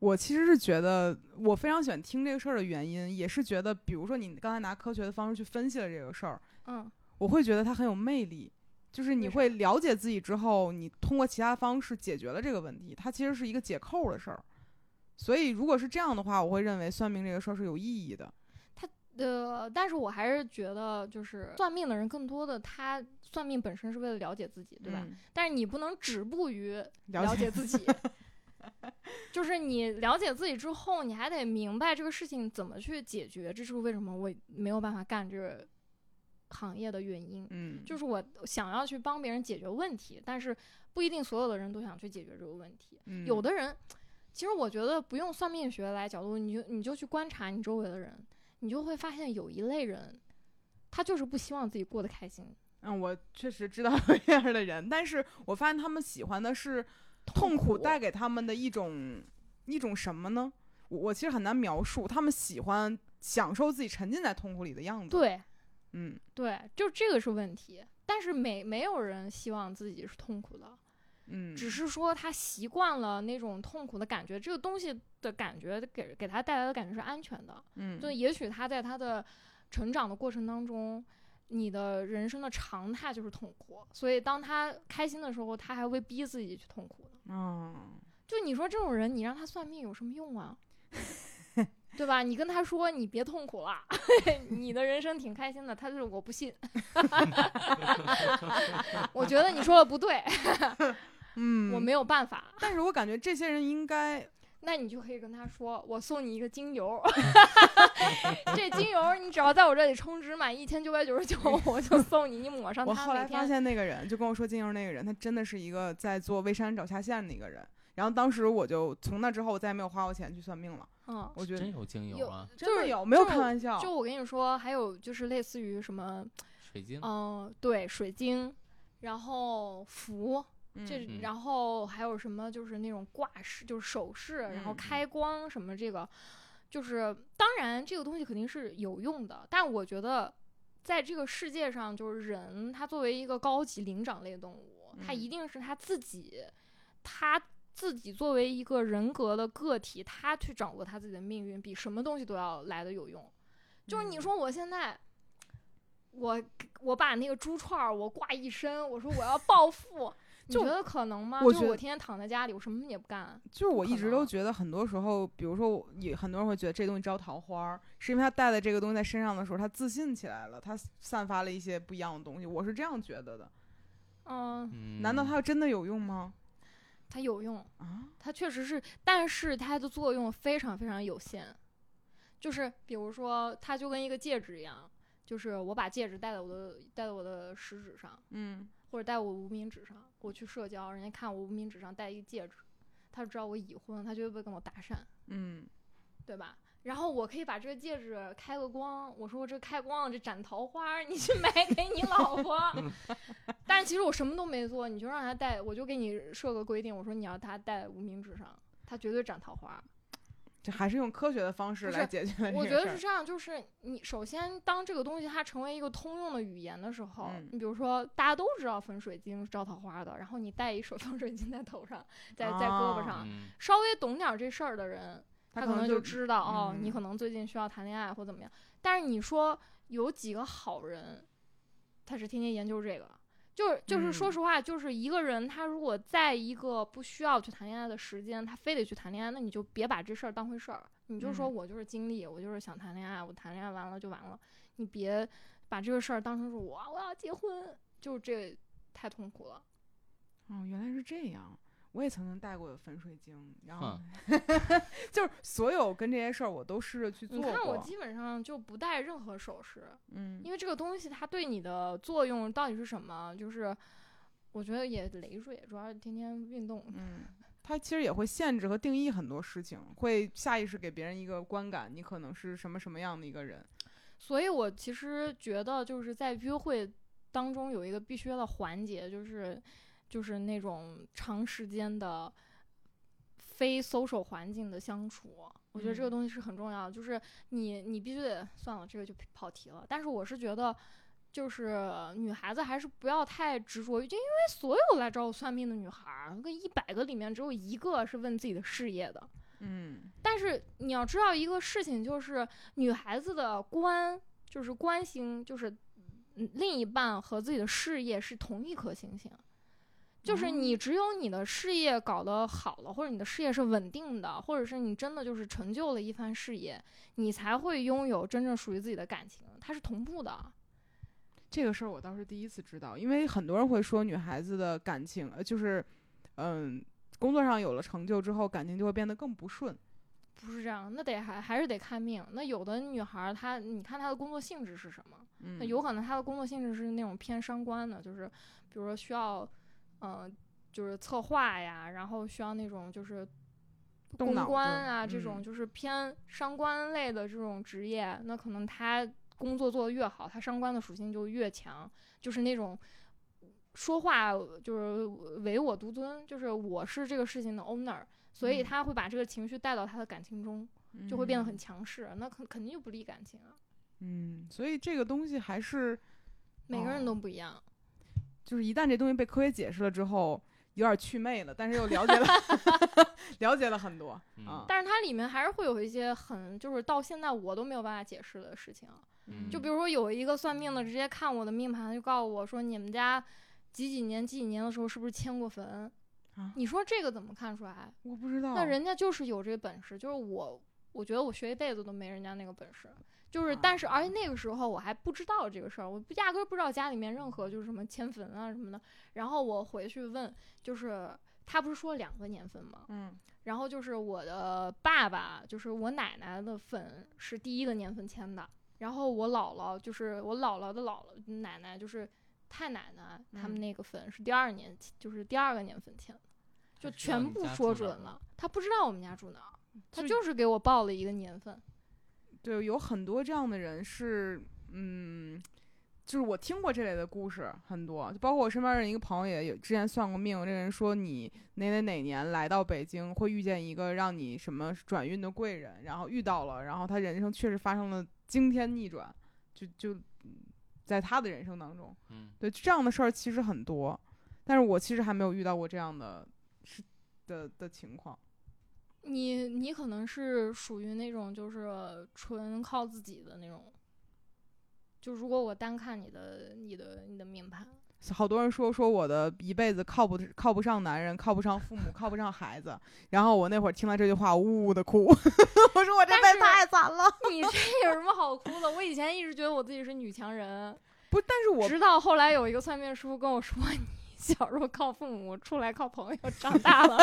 Speaker 1: 我其实是觉得，我非常喜欢听这个事儿的原因，也是觉得，比如说你刚才拿科学的方式去分析了这个事儿，
Speaker 2: 嗯，
Speaker 1: 我会觉得它很有魅力。就是你
Speaker 2: 为啥
Speaker 1: 会了解自己之后，你通过其他方式解决了这个问题，它其实是一个解扣的事儿。所以，如果是这样的话，我会认为算命这个事儿是有意义的。
Speaker 2: 呃，但是我还是觉得，就是算命的人更多的他算命本身是为了了解自己，对吧？
Speaker 1: 嗯
Speaker 2: 但是你不能止步于
Speaker 1: 了
Speaker 2: 了
Speaker 1: 解
Speaker 2: 解 自己。就是你了解自己之后，你还得明白这个事情怎么去解决，这是为什么我没有办法干这个行业的原因。
Speaker 1: 嗯，
Speaker 2: 就是我想要去帮别人解决问题，但是不一定所有的人都想去解决这个问题。
Speaker 1: 嗯
Speaker 2: 有的人，其实我觉得不用算命学来角度，你就你就去观察你周围的人，你就会发现有一类人，他就是不希望自己过得开心，
Speaker 1: 嗯，我确实知道有这样的人，但是我发现他们喜欢的是痛苦
Speaker 2: 苦
Speaker 1: 带给他们的一种一种什么呢？我我其实很难描述，他们喜欢享受自己沉浸在痛苦里的样子。，
Speaker 2: 对，
Speaker 1: 嗯
Speaker 2: 对，就这个是问题。但是没没有人希望自己是痛苦的，
Speaker 1: 嗯，
Speaker 2: 只是说他习惯了那种痛苦的感觉。这个东西的感觉给给他带来的感觉是安全的。
Speaker 1: 嗯
Speaker 2: 就也许他在他的成长的过程当中，你的人生的常态就是痛苦，所以当他开心的时候，他还会逼自己去痛苦呢。
Speaker 1: 嗯
Speaker 2: 就你说这种人，你让他算命有什么用啊？ 对吧？你跟他说你别痛苦了， 你的人生挺开心的，他就是我不信。 我觉得你说的不对，
Speaker 1: 嗯，
Speaker 2: 我没有办法。
Speaker 1: 但是我感觉这些人应该
Speaker 2: 那你就可以跟他说，我送你一个精油，这精油你只要在我这里充值满一千九百九十九，我就送你，你抹上
Speaker 1: 我
Speaker 2: 它
Speaker 1: 后
Speaker 2: 每
Speaker 1: 来发
Speaker 2: 天。
Speaker 1: 现那个人就跟我说金牛那个人，他真的是一个在做微商找下线的一个人。然后当时我就从那之后，我再也没有花过钱去算命了。
Speaker 2: 嗯，
Speaker 1: 我觉
Speaker 3: 真
Speaker 1: 得
Speaker 3: 有精油
Speaker 2: 有
Speaker 3: 啊，
Speaker 1: 真
Speaker 2: 就
Speaker 1: 的
Speaker 2: 是
Speaker 1: 有，没有
Speaker 2: 就
Speaker 1: 开玩笑。
Speaker 2: 就我跟你说，还有就是类似于什么，
Speaker 3: 水晶
Speaker 2: 嗯、。
Speaker 1: 哦
Speaker 2: 对，水晶，然后符，这、
Speaker 1: 嗯
Speaker 3: 嗯
Speaker 2: 然后还有什么就是那种挂饰，就是首饰，然后
Speaker 1: 嗯嗯
Speaker 2: 开光什么这个，就是当然这个东西肯定是有用的，但我觉得在这个世界上，就是人他作为一个高级灵长类动物，他
Speaker 1: 嗯
Speaker 2: 一定是他自己，他。自己作为一个人格的个体，他去掌握他自己的命运，比什么东西都要来的有用。就是你
Speaker 1: 嗯
Speaker 2: 说我现在，我我把那个珠串儿我挂一身，我说我要暴富，你
Speaker 1: 就
Speaker 2: 觉得可能吗？
Speaker 1: 我
Speaker 2: 就
Speaker 1: 觉
Speaker 2: 是我
Speaker 1: 得
Speaker 2: 天天躺在家里，我什么也不干。
Speaker 1: 嗯就是我
Speaker 2: 可
Speaker 1: 一直都
Speaker 2: 能啊
Speaker 1: 觉得，很多时候，比如说我，也很多人会觉得这东西招桃花儿，是因为他带的这个东西在身上的时候，他自信起来了，他散发了一些不一样的东西。我是这样觉得的。
Speaker 2: 嗯，
Speaker 3: 嗯
Speaker 1: 难道它真的有用吗？
Speaker 2: 它有用，
Speaker 1: 啊，
Speaker 2: 它确实是，但是它的作用非常非常有限。就是比如说，它就跟一个戒指一样，就是我把戒指戴在我的戴在我的食指上，
Speaker 1: 嗯，
Speaker 2: 或者戴我无名指上，我去社交，人家看我无名指上戴一个戒指，他就知道我已婚，他绝对不会跟我搭讪。
Speaker 1: 嗯，
Speaker 2: 对吧？然后我可以把这个戒指开个光，我说这开光这斩桃花，你去买给你老婆。但是其实我什么都没做，你就让他戴，我就给你设个规定，我说你要他戴无名指上，他绝对斩桃花。
Speaker 1: 这还是用科学的方式
Speaker 2: 不是
Speaker 1: 来解决的这
Speaker 2: 我
Speaker 1: 个
Speaker 2: 觉
Speaker 1: 事
Speaker 2: 得
Speaker 1: 儿
Speaker 2: 是这样，就是你首先当这个东西它成为一个通用的语言的时候，
Speaker 1: 嗯
Speaker 2: 你比如说大家都知道粉水晶是招桃花的，然后你戴一手 套水晶在头上，在在胳
Speaker 1: 啊
Speaker 2: 膊上，
Speaker 3: 嗯
Speaker 2: 稍微懂点儿这事儿的人，
Speaker 1: 他
Speaker 2: 他
Speaker 1: 可
Speaker 2: 可
Speaker 1: 能
Speaker 2: 能
Speaker 1: 就
Speaker 2: 就知道哦，你
Speaker 1: 嗯
Speaker 2: 可能最近需要谈恋爱或怎么样。但是你说有几个好人，他是天天研究这个，就是就是说
Speaker 1: 嗯
Speaker 2: 实话，就是一个人他如果在一个不需要去谈恋爱的时间，他非得去谈恋爱，那你就别把这事儿当回事儿，你就说
Speaker 1: 嗯
Speaker 2: 我就是经历，我就是想谈恋爱，我谈恋爱完了就完了，你别把这个事儿当成是我我要结婚，就是这太痛苦了。
Speaker 1: 哦，原来是这样。我也曾经戴过粉水晶，然后
Speaker 3: 哼
Speaker 1: 就是所有跟这些事儿我都试着去做
Speaker 2: 你
Speaker 1: 过。
Speaker 2: 看我基本上就不戴任何首饰，
Speaker 1: 嗯
Speaker 2: 因为这个东西它对你的作用到底是什么？就是我觉得也累赘，主要是天天运动。
Speaker 1: 嗯，它其实也会限制和定义很多事情，会下意识给别人一个观感，你可能是什么什么样的一个人。
Speaker 2: 所以我其实觉得就是在约会当中有一个必须的环节，就是就是那种长时间的非 social 环境的相处。我觉得这个
Speaker 1: 嗯
Speaker 2: 东西是很重要的，就是你你必须得算了，这个就跑题了。但是我是觉得。就是女孩子还是不要太执着于，就因为所有来找我算命的女孩儿，跟一百个里面只有一个是问自己的事业的，
Speaker 1: 嗯
Speaker 2: 但是你要知道一个事情，就是女孩子的官，就是官星，就是嗯另一半和自己的事业是同一颗星星。就是你只有你的事业搞得好了，或者你的事业是稳定的，或者是你真的就是成就了一番事业，你才会拥有真正属于自己的感情，它是同步的。
Speaker 1: 这个事儿我倒是第一次知道，因为很多人会说女孩子的感情，呃，就是，嗯，工作上有了成就之后，感情就会变得更不顺。
Speaker 2: 不是这样，那得还还是得看命。那有的女孩儿她，你看她的工作性质是什么？那
Speaker 1: 嗯，
Speaker 2: 有可能他的工作性质是那种偏商官的，就是比如说需要，嗯、就是策划呀，然后需要那种就是
Speaker 1: 动
Speaker 2: 公
Speaker 1: 脑
Speaker 2: 关
Speaker 1: 子
Speaker 2: 啊这种，
Speaker 1: 嗯
Speaker 2: 就是偏商官类的这种职业，那可能他工作做得越好，他商官的属性就越强，就是那种。说话就是唯我独尊，就是我是这个事情的 owner，所以
Speaker 1: 嗯
Speaker 2: 他会把这个情绪带到他的感情中，就会变得很
Speaker 1: 嗯
Speaker 2: 强势，那肯肯定就不利感情啊。
Speaker 1: 嗯，所以这个东西还是
Speaker 2: 每个人
Speaker 1: 哦
Speaker 2: 都不一样，啊
Speaker 1: 就是一旦这东西被科学解释了之后，有点祛魅了，但是又了解 了了解了很多
Speaker 3: 嗯
Speaker 1: 啊。
Speaker 2: 但是它里面还是会有一些很，就是到现在我都没有办法解释的事情啊。
Speaker 3: 嗯
Speaker 2: 就比如说有一个算命的直接看我的命盘，就告诉我说你们家几几年几几年的时候是不是迁过坟
Speaker 1: 啊？哦
Speaker 2: 你说这个怎么看出来？
Speaker 1: 我不知道，
Speaker 2: 那人家就是有这个本事，就是我，我觉得我学一辈子都没人家那个本事。就是，
Speaker 1: 啊
Speaker 2: 但是而且那个时候我还不知道这个事儿，我压根儿不知道家里面任何就是什么迁坟啊什么的。然后我回去问，就是他不是说两个年份吗？
Speaker 1: 嗯
Speaker 2: 然后就是我的爸爸，就是我奶奶的粉是第一个年份签的，然后我姥姥就是我姥姥的姥姥奶奶就是太奶奶，他们
Speaker 1: 嗯
Speaker 2: 那个粉是第二年，就是第二个年份签的，就全部说准了。他不知道我们家住哪儿，他
Speaker 1: 就
Speaker 2: 就是给我报了一个年份。
Speaker 1: 对，有很多这样的人是，嗯，就是我听过这类的故事很多，就包括我身边的一个朋友也有之前算过命，这人说你哪哪哪年来到北京会遇见一个让你什么转运的贵人，然后遇到了，然后他人生确实发生了惊天逆转，就就嗯在他的人生当中，
Speaker 3: 嗯，
Speaker 1: 对这样的事儿其实很多，但是我其实还没有遇到过这样的是的的情况，
Speaker 2: 你你可能是属于那种就是纯靠自己的那种，就如果我单看你的你的你的命盘，
Speaker 1: 好多人说说我的一辈子靠不靠不上男人，靠不上父母，靠不上孩子。然后我那会儿听到这句话，呜呜的哭。 我说我这辈
Speaker 2: 但
Speaker 1: 子
Speaker 2: 是
Speaker 1: 太惨了。
Speaker 2: 你这有什么好哭的？我以前一直觉得我自己是女强人，
Speaker 1: 不，但是我
Speaker 2: 直到后来有一个算命师傅跟我说，你小时候靠父母，出来靠朋友，长大 了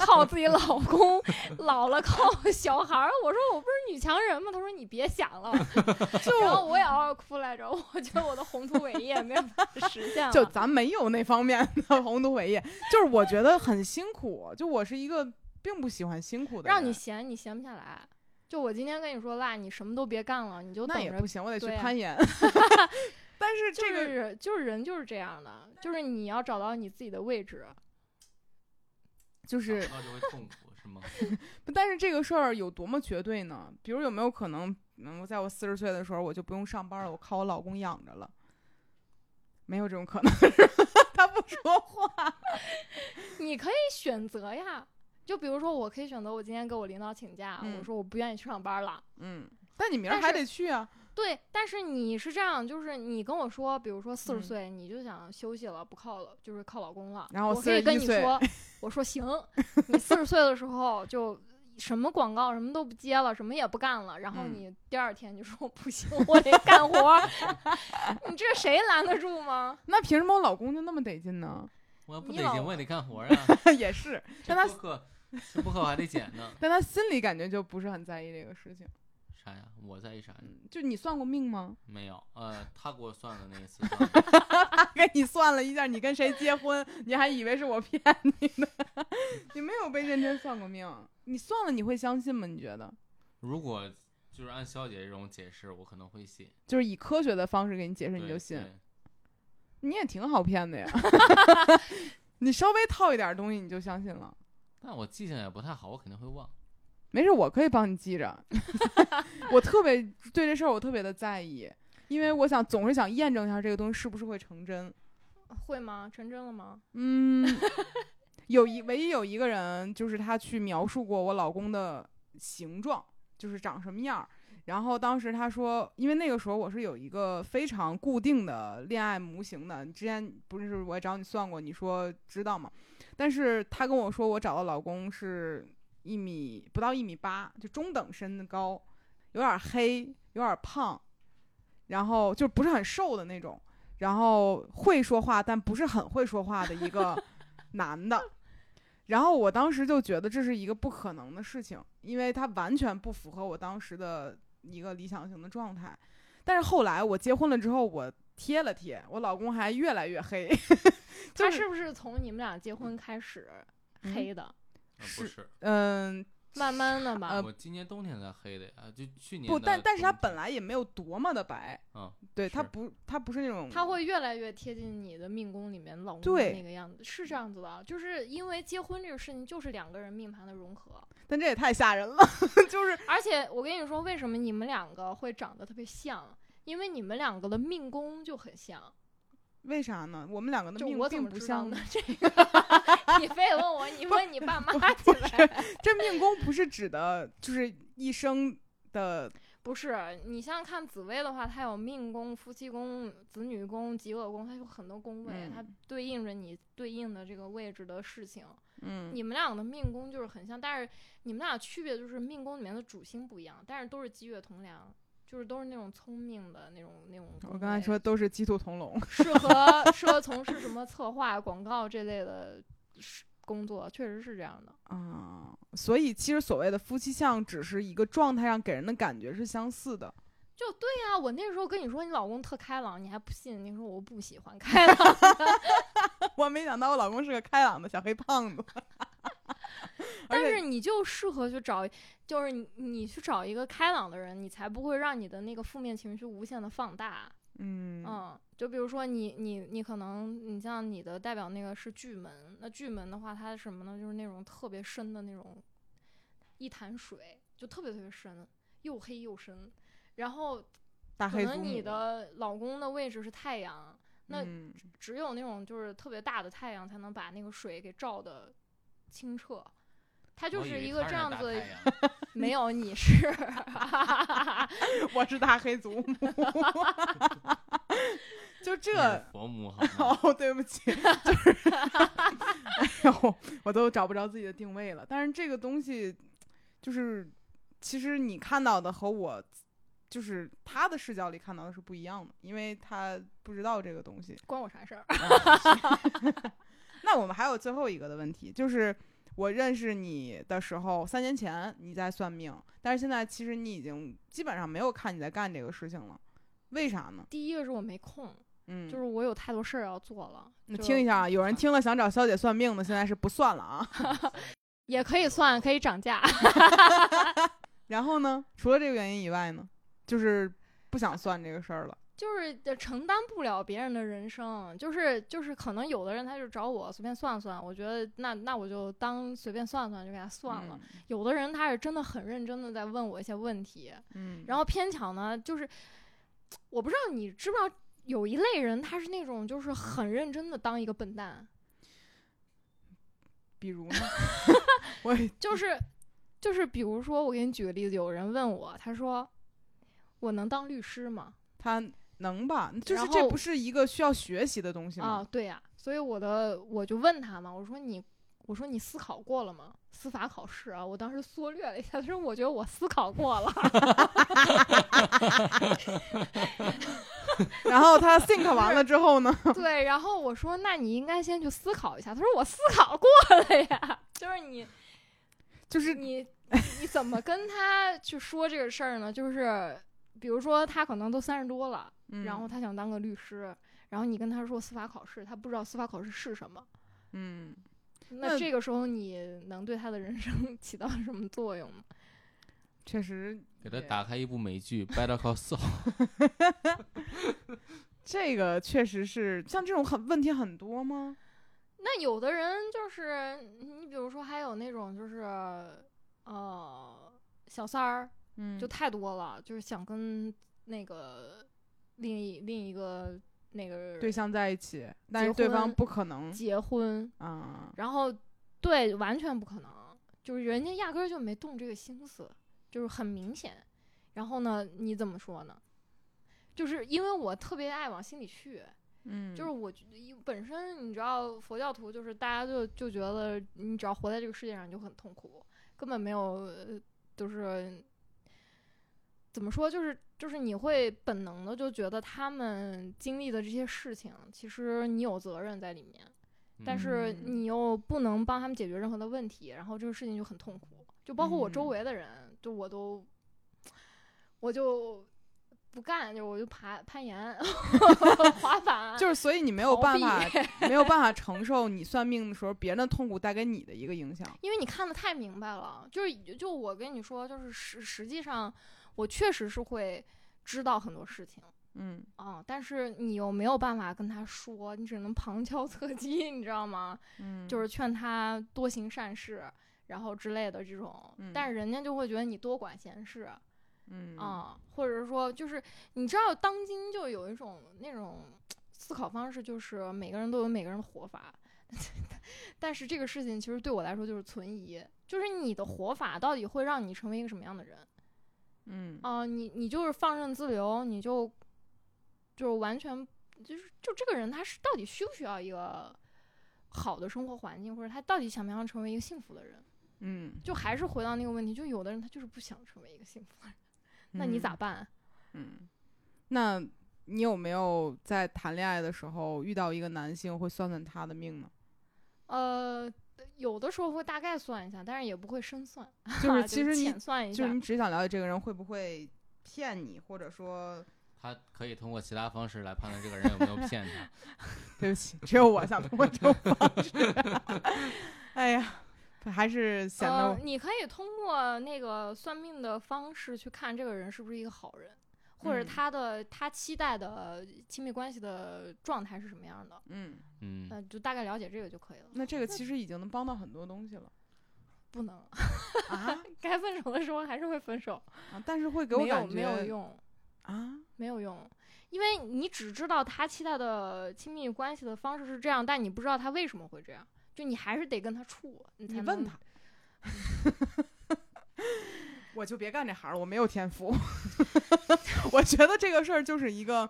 Speaker 2: 靠自己老公，老了靠小孩儿。我说我不是女强人吗？他说你别想了。然后我也嗷嗷哭来着，我觉得我的宏图伟业没有办法实现了。
Speaker 1: 就咱没有那方面的宏图伟业，就是我觉得很辛苦。就我是一个并不喜欢辛苦的人，
Speaker 2: 让你闲，你闲不下来。就我今天跟你说啦，你什么都别干了，你就等
Speaker 1: 那也
Speaker 2: 着
Speaker 1: 不行，我得去
Speaker 2: 对啊
Speaker 1: 攀岩。 但是
Speaker 2: 就
Speaker 1: 这个、
Speaker 2: 是就是人就是这样的，就是你要找到你自己的位置。
Speaker 1: 就是
Speaker 3: 那就会痛苦是吗？
Speaker 1: 不但是这个事儿有多么绝对呢？比如有没有可能，嗯，我在我四十岁的时候我就不用上班了，我靠我老公养着了？没有这种可能， 他不说话。
Speaker 2: 你可以选择呀，就比如说，我可以选择我今天给我领导请假，
Speaker 1: 嗯
Speaker 2: 我说我不愿意去上班了。
Speaker 1: 嗯，但你明儿还得去啊。
Speaker 2: 对，但是你是这样，就是你跟我说，比如说四
Speaker 1: 嗯
Speaker 2: 十岁你就想休息了，不靠了，就是靠老公了。
Speaker 1: 然后
Speaker 2: 我可以跟
Speaker 1: 41
Speaker 2: 你
Speaker 1: 岁
Speaker 2: 说，我说行，你四十岁的时候就什么广告什么都不接了，什么也不干了，然后
Speaker 1: 嗯
Speaker 2: 你第二天就说不行，我得干活儿， 你这谁拦得住吗？
Speaker 1: 那凭什么我老公就那么得劲呢？
Speaker 3: 我要不
Speaker 2: 你
Speaker 3: 得
Speaker 2: 老
Speaker 3: 劲，我也得干活啊。
Speaker 1: 也是，
Speaker 3: 这
Speaker 1: 但他
Speaker 3: 播客，这播客我还得剪呢。
Speaker 1: 但他心里感觉就不是很在意这个事情。
Speaker 3: 啥呀？我在意啥呀？
Speaker 1: 嗯，就你算过命吗？
Speaker 3: 没有，呃，他给我算的那一次，
Speaker 1: 他给你算了一下你跟谁结婚，你还以为是我骗你呢？ 你没有被认真算过命，啊你算了你会相信吗？你觉得？
Speaker 3: 如果就是按肖姐这种解释，我可能会信。
Speaker 1: 就是以科学的方式给你解释，
Speaker 3: 对
Speaker 1: 你就信。
Speaker 3: 对
Speaker 1: 你也挺好骗的呀，你稍微套一点东西你就相信了。
Speaker 3: 但我记性也不太好，我肯定会忘。
Speaker 1: 没事，我可以帮你记着。我特别对这事儿我特别的在意，因为我想总是想验证一下这个东西是不是会成真。
Speaker 2: 会吗？成真了吗？
Speaker 1: 嗯，有一唯一有一个人，就是他去描述过我老公的形状，就是长什么样儿。然后当时他说，因为那个时候我是有一个非常固定的恋爱模型的，你之前不是我也找你算过，你说知道吗？但是他跟我说，我找的老公是一米不到一米八，就中等身高，有点黑，有点胖，然后就不是很瘦的那种，然后会说话但不是很会说话的一 个男的。然后我当时就觉得这是一个不可能的事情，因为他完全不符合我当时的一个理想型的状态。但是后来我结婚了之后，我贴了贴，我老公还越来越黑， 就
Speaker 2: 他是不是从你们俩结婚开始
Speaker 1: 嗯
Speaker 2: 黑的？
Speaker 3: 呃
Speaker 1: 是
Speaker 3: 不是，
Speaker 1: 嗯，
Speaker 2: 慢慢的吧，
Speaker 1: 呃
Speaker 3: 我今年冬天才黑的呀，就去年
Speaker 1: 不，
Speaker 3: 的
Speaker 1: 但但是他
Speaker 3: 冬
Speaker 1: 本
Speaker 3: 天
Speaker 1: 来也没有多么的白，
Speaker 3: 嗯，
Speaker 1: 对他
Speaker 3: 是
Speaker 1: 不，他不是那种，
Speaker 2: 他会越来越贴近你的命宫里面老公
Speaker 1: 对
Speaker 2: 的那个样子，是这样子的，啊就是因为结婚这个事情就是两个人命盘的融 合，
Speaker 1: 但这也太吓人了， 就是
Speaker 2: 而且我跟你说，为什么你们两个会长得特别像？因为你们两个的命宫就很像，
Speaker 1: 为啥呢？我们两个的
Speaker 2: 就
Speaker 1: 命
Speaker 2: 我怎
Speaker 1: 并
Speaker 2: 么
Speaker 1: 不
Speaker 2: 知道
Speaker 1: 像
Speaker 2: 呢
Speaker 1: 呢，？
Speaker 2: 这个你非问我，你问你爸妈去 呗。
Speaker 1: 这命宫不是指的，就是一生 的，
Speaker 2: 不是，你像看紫薇的话，它有命宫、夫妻宫、子女宫、极恶宫，它有很多宫位，
Speaker 1: 嗯
Speaker 2: 它对应着你对应的这个位置的事情。
Speaker 1: 嗯，
Speaker 2: 你们俩的命宫就是很像，但是你们俩区别就是命宫里面的主星不一样，但是都是积月同梁，就是都是那种聪明的那种那种宫位。
Speaker 1: 我刚才说都是鸡兔同笼，
Speaker 2: 适合适合从事什么策划、广告这类的事工作，确实是这样的。
Speaker 1: 啊、所以其实所谓的夫妻相只是一个状态上给人的感觉是相似的，
Speaker 2: 就对呀、我那时候跟你说你老公特开朗，你还不信，你说我不喜欢开朗，
Speaker 1: 我没想到我老公是个开朗的小黑胖子， 而
Speaker 2: 但
Speaker 1: 且
Speaker 2: 是你就适合去找，就是你你去找一个开朗的人，你才不会让你的那个负面情绪无限的放大。
Speaker 1: 嗯
Speaker 2: 嗯，就比如说你你你可能你像你的代表那个是巨门，那巨门的话，它是什么呢？就是那种特别深的那种一潭水，就特别特别深，又黑又深。然后
Speaker 1: 大
Speaker 2: 可
Speaker 1: 黑
Speaker 2: 能
Speaker 1: 祖
Speaker 2: 你
Speaker 1: 母
Speaker 2: 的老公的位置是太阳，那
Speaker 1: 嗯
Speaker 2: 只有那种就是特别大的太阳才能把那个水给照的清澈。它就
Speaker 3: 我以
Speaker 2: 是
Speaker 3: 为
Speaker 2: 一个
Speaker 3: 他
Speaker 2: 这
Speaker 3: 那
Speaker 2: 样
Speaker 3: 大
Speaker 2: 子
Speaker 3: 太，阳
Speaker 2: 没有你是，
Speaker 1: 我是大黑祖母， 就
Speaker 3: 那是
Speaker 1: 这。
Speaker 3: 佛母好吗？
Speaker 1: 哦，对不起，就是，哎呦，我都找不着自己的定位了。但是这个东西，就是其实你看到的和我，就是他的视角里看到的是不一样的，因为他不知道这个东西。
Speaker 2: 关我啥事儿？
Speaker 1: 那我们还有最后一个的问题，就是我认识你的时候，三年前你在算命，但是现在其实你已经基本上没有看你在干这个事情了，为啥呢？
Speaker 2: 第一个是我没空，
Speaker 1: 嗯，
Speaker 2: 就是我有太多事儿要做了。
Speaker 1: 你
Speaker 2: 就
Speaker 1: 听一下啊，有人听了想找肖姐算命的，现在是不算了啊。
Speaker 2: 也可以算，可以涨价。
Speaker 1: 然后呢，除了这个原因以外呢，就是不想算这个事儿了。
Speaker 2: 就是呃承担不了别人的人生，就是就是可能有的人他就找我随便算算，我觉得那那我就当随便算算就给他算了。有的人他是真的很认真的在问我一些问题，
Speaker 1: 嗯，嗯，
Speaker 2: 然
Speaker 1: 后
Speaker 2: 后偏巧呢，就是我不知道你知不知道有一类人他是那种就是很认真的当一个笨蛋，
Speaker 1: 比如 呢，我
Speaker 2: 就是就是比如说我给你举个例子，有人问我，他说我能当律师吗？
Speaker 1: 他能吧？就是
Speaker 2: 然
Speaker 1: 这
Speaker 2: 后
Speaker 1: 不是一个需要学习的东西吗？
Speaker 2: 啊，对呀、所以我的我就问他嘛，我说你，我说你思考过了吗？司法考试啊，我当时缩略了一下，他说我觉得我思考 过了，
Speaker 1: 然后他 think 完了之后呢，
Speaker 2: 对，然后我说那你应该先去思考一下，他说我思考过了呀， 就是你
Speaker 1: 就是
Speaker 2: 你你怎么跟他去说这个事儿呢？就是比如说他可能都三十多了，
Speaker 1: 嗯
Speaker 2: 然后他想当个律师，然后你跟他说司法考试，他不知道司法考试是什么。
Speaker 1: 嗯，
Speaker 2: 那
Speaker 1: 那
Speaker 2: 这个时候你能对他的人生 起到什么作用吗？
Speaker 1: 确实
Speaker 3: 给他打开一部美剧《Better Call Saul》，
Speaker 1: 这个确实是像这种很问题很多吗？
Speaker 2: 那有的人就是你，比如说还有那种就是，呃，小三儿
Speaker 1: 嗯
Speaker 2: 就太多了，就是想跟那个另一另一个那个
Speaker 1: 对象在一起，但是
Speaker 2: 结
Speaker 1: 对方
Speaker 2: 婚
Speaker 1: 不可能
Speaker 2: 结婚，
Speaker 1: 啊，
Speaker 2: 然后对，完全不可能，就是人家压根儿就没动这个心思，就是很明显。然后呢，你怎么说呢？就是因为我特别爱往心里去，
Speaker 1: 嗯，
Speaker 2: 就是我觉得本身你知道佛教徒就是大家就就觉得你只要活在这个世界上你就很痛苦，根本没有呃就是怎么说就是就是你会本能的就觉得他们经历的这些事情，其实你有责任在里面，但是
Speaker 1: 嗯
Speaker 2: 你又不能帮他们解决任何的问题，然后这个事情就很痛苦。就包括我周
Speaker 1: 嗯
Speaker 2: 围的人，就我都我就不干，就我就爬攀岩、 滑板，啊
Speaker 1: 就是，所以你没有
Speaker 2: 逃
Speaker 1: 办
Speaker 2: 避
Speaker 1: 法，没有办法承受你算命的时候别人的痛苦带给你的一个影响。
Speaker 2: 因为你看的太明白了，就是就我跟你说，就是实实际上我确实是会知道很多事情
Speaker 1: 嗯
Speaker 2: 啊、但是你又没有办法跟他说，你只能旁敲侧击，你知道吗？
Speaker 1: 嗯，
Speaker 2: 就是劝他多行善事，然后之类的这种，
Speaker 1: 嗯
Speaker 2: 但是人家就会觉得你多管闲事啊、
Speaker 1: 嗯，
Speaker 2: 或者说就是你知道，当今就有一种那种思考方式，就是每个人都有每个人的活法， 但是这个事情其实对我来说就是存疑，就是你的活法到底会让你成为一个什么样的人
Speaker 1: 嗯
Speaker 2: 啊、你你就是放任自流，你就就完全就是就这个人他是到底需不需要一个好的生活环境，或者他到底想不想成为一个幸福的人？
Speaker 1: 嗯，
Speaker 2: 就还是回到那个问题，就有的人他就是不想成为一个幸福的人，那你咋办？
Speaker 1: 嗯？嗯，那你有没有 在谈恋爱的时候遇到一个男性会算算他的命呢？
Speaker 2: 呃，有的时候会大概算一下，但是也不会深算，啊
Speaker 1: 就是
Speaker 2: 就
Speaker 1: 其实你
Speaker 2: 浅算一
Speaker 1: 就
Speaker 2: 下
Speaker 1: 是。你只想了解这个人会不会骗你，或者说
Speaker 3: 他可以通过其他方式来判断这个人有没有骗他。
Speaker 1: 对不起，只有我想通过这种方式。 哎呀，还是显得
Speaker 2: 呃，你可以通过那个算命的方式去看这个人是不是一个好人，或者
Speaker 1: 嗯
Speaker 2: 他的、他期待的亲密关系的状态是什么样的，
Speaker 1: 嗯，
Speaker 3: 嗯，
Speaker 2: 呃，就大概了解这个就可以了。
Speaker 1: 那这个其实已经能帮到很多东西 了
Speaker 2: 不能，
Speaker 1: 啊
Speaker 2: 该分手的时候还是会分手，
Speaker 1: 啊！但是会给我
Speaker 2: 没有
Speaker 1: 感觉
Speaker 2: 没有用，
Speaker 1: 啊，
Speaker 2: 没有用，因为你只知道他期待的亲密关系的方式是这样，但你不知道他为什么会这样，就你还是得跟他处，你才
Speaker 1: 你
Speaker 2: 能
Speaker 1: 问他。我就别干这行了，我没有天赋。 我觉得这个事儿就是一个，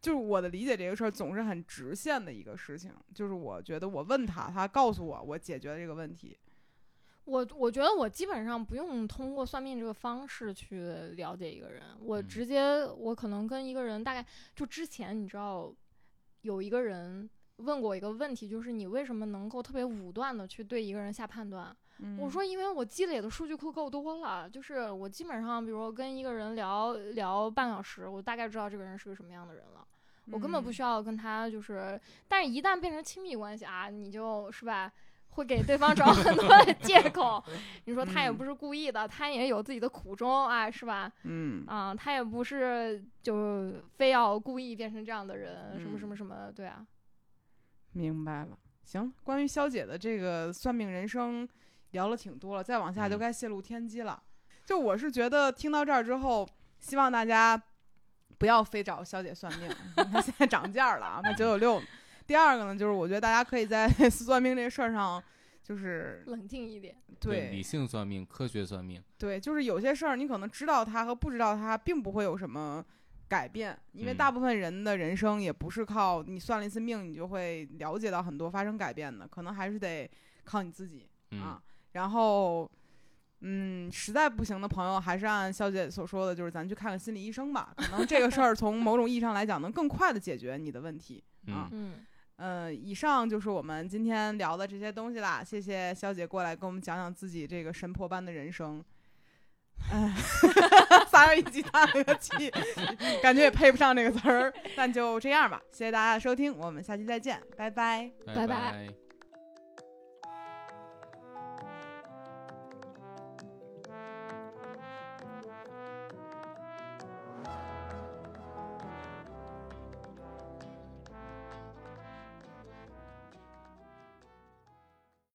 Speaker 1: 就是我的理解，这个事儿总是很直线的一个事情。就是我觉得我问他，他告诉我，我解决了这个问题。
Speaker 2: 我我觉得我基本上不用通过算命这个方式去了解一个人，我
Speaker 3: 嗯
Speaker 2: 直接我可能跟一个人大概就之前你知道有一个人问过我一个问题，就是你为什么能够特别武断的去对一个人下判断？
Speaker 1: 嗯
Speaker 2: 我说因为我积累的数据库够多了，就是我基本上比如跟一个人聊聊半小时，我大概知道这个人是个什么样的人了。
Speaker 1: 嗯
Speaker 2: 我根本不需要跟他就是，但是一旦变成亲密关系啊，你就是吧，会给对方找很多的借 口。你说他也
Speaker 1: 嗯
Speaker 2: 不是故意的，他也有自己的苦衷啊，是吧？
Speaker 1: 嗯，
Speaker 2: 啊、他也不是就非要故意变成这样的人，什么什
Speaker 1: 嗯
Speaker 2: 么什么，对啊。
Speaker 1: 明白了。行，关于肖姐的这个算命人生聊了挺多了，再往下就
Speaker 3: 嗯
Speaker 1: 该泄露天机了。就我是觉得听到这儿之后，希望大家不要非找肖姐算命， 她现在涨价了啊，她九九六。第二个呢，就是我觉得大家可以在 算命这事儿上，就是
Speaker 2: 冷静一点，
Speaker 1: 对
Speaker 3: 理性算命，科学算命，
Speaker 1: 对，就是有些事儿你可能知道它和不知道它并不会有什么改变，因为
Speaker 3: 嗯
Speaker 1: 大部分人的人生也不是靠你算了一次命，你就会了解到很多发生改变的，可能还是得靠你自己
Speaker 3: 嗯
Speaker 1: 啊。然后，嗯，实在不行的朋友，还是按肖姐所说的，就是咱去看看心理医生吧，可能这个事儿从某种意义上来讲，能更快的解决你的问题。啊
Speaker 3: 嗯，
Speaker 2: 嗯，
Speaker 1: 呃，以上就是我们今天聊的这些东西啦。谢谢肖姐过来跟我们讲讲自己这个神婆般的人生。哎 仨人一起叹了个气，感觉也配不上这个词儿，但就这样吧。谢谢大家的收听，我们下期再见，拜拜。
Speaker 2: 拜拜
Speaker 3: 拜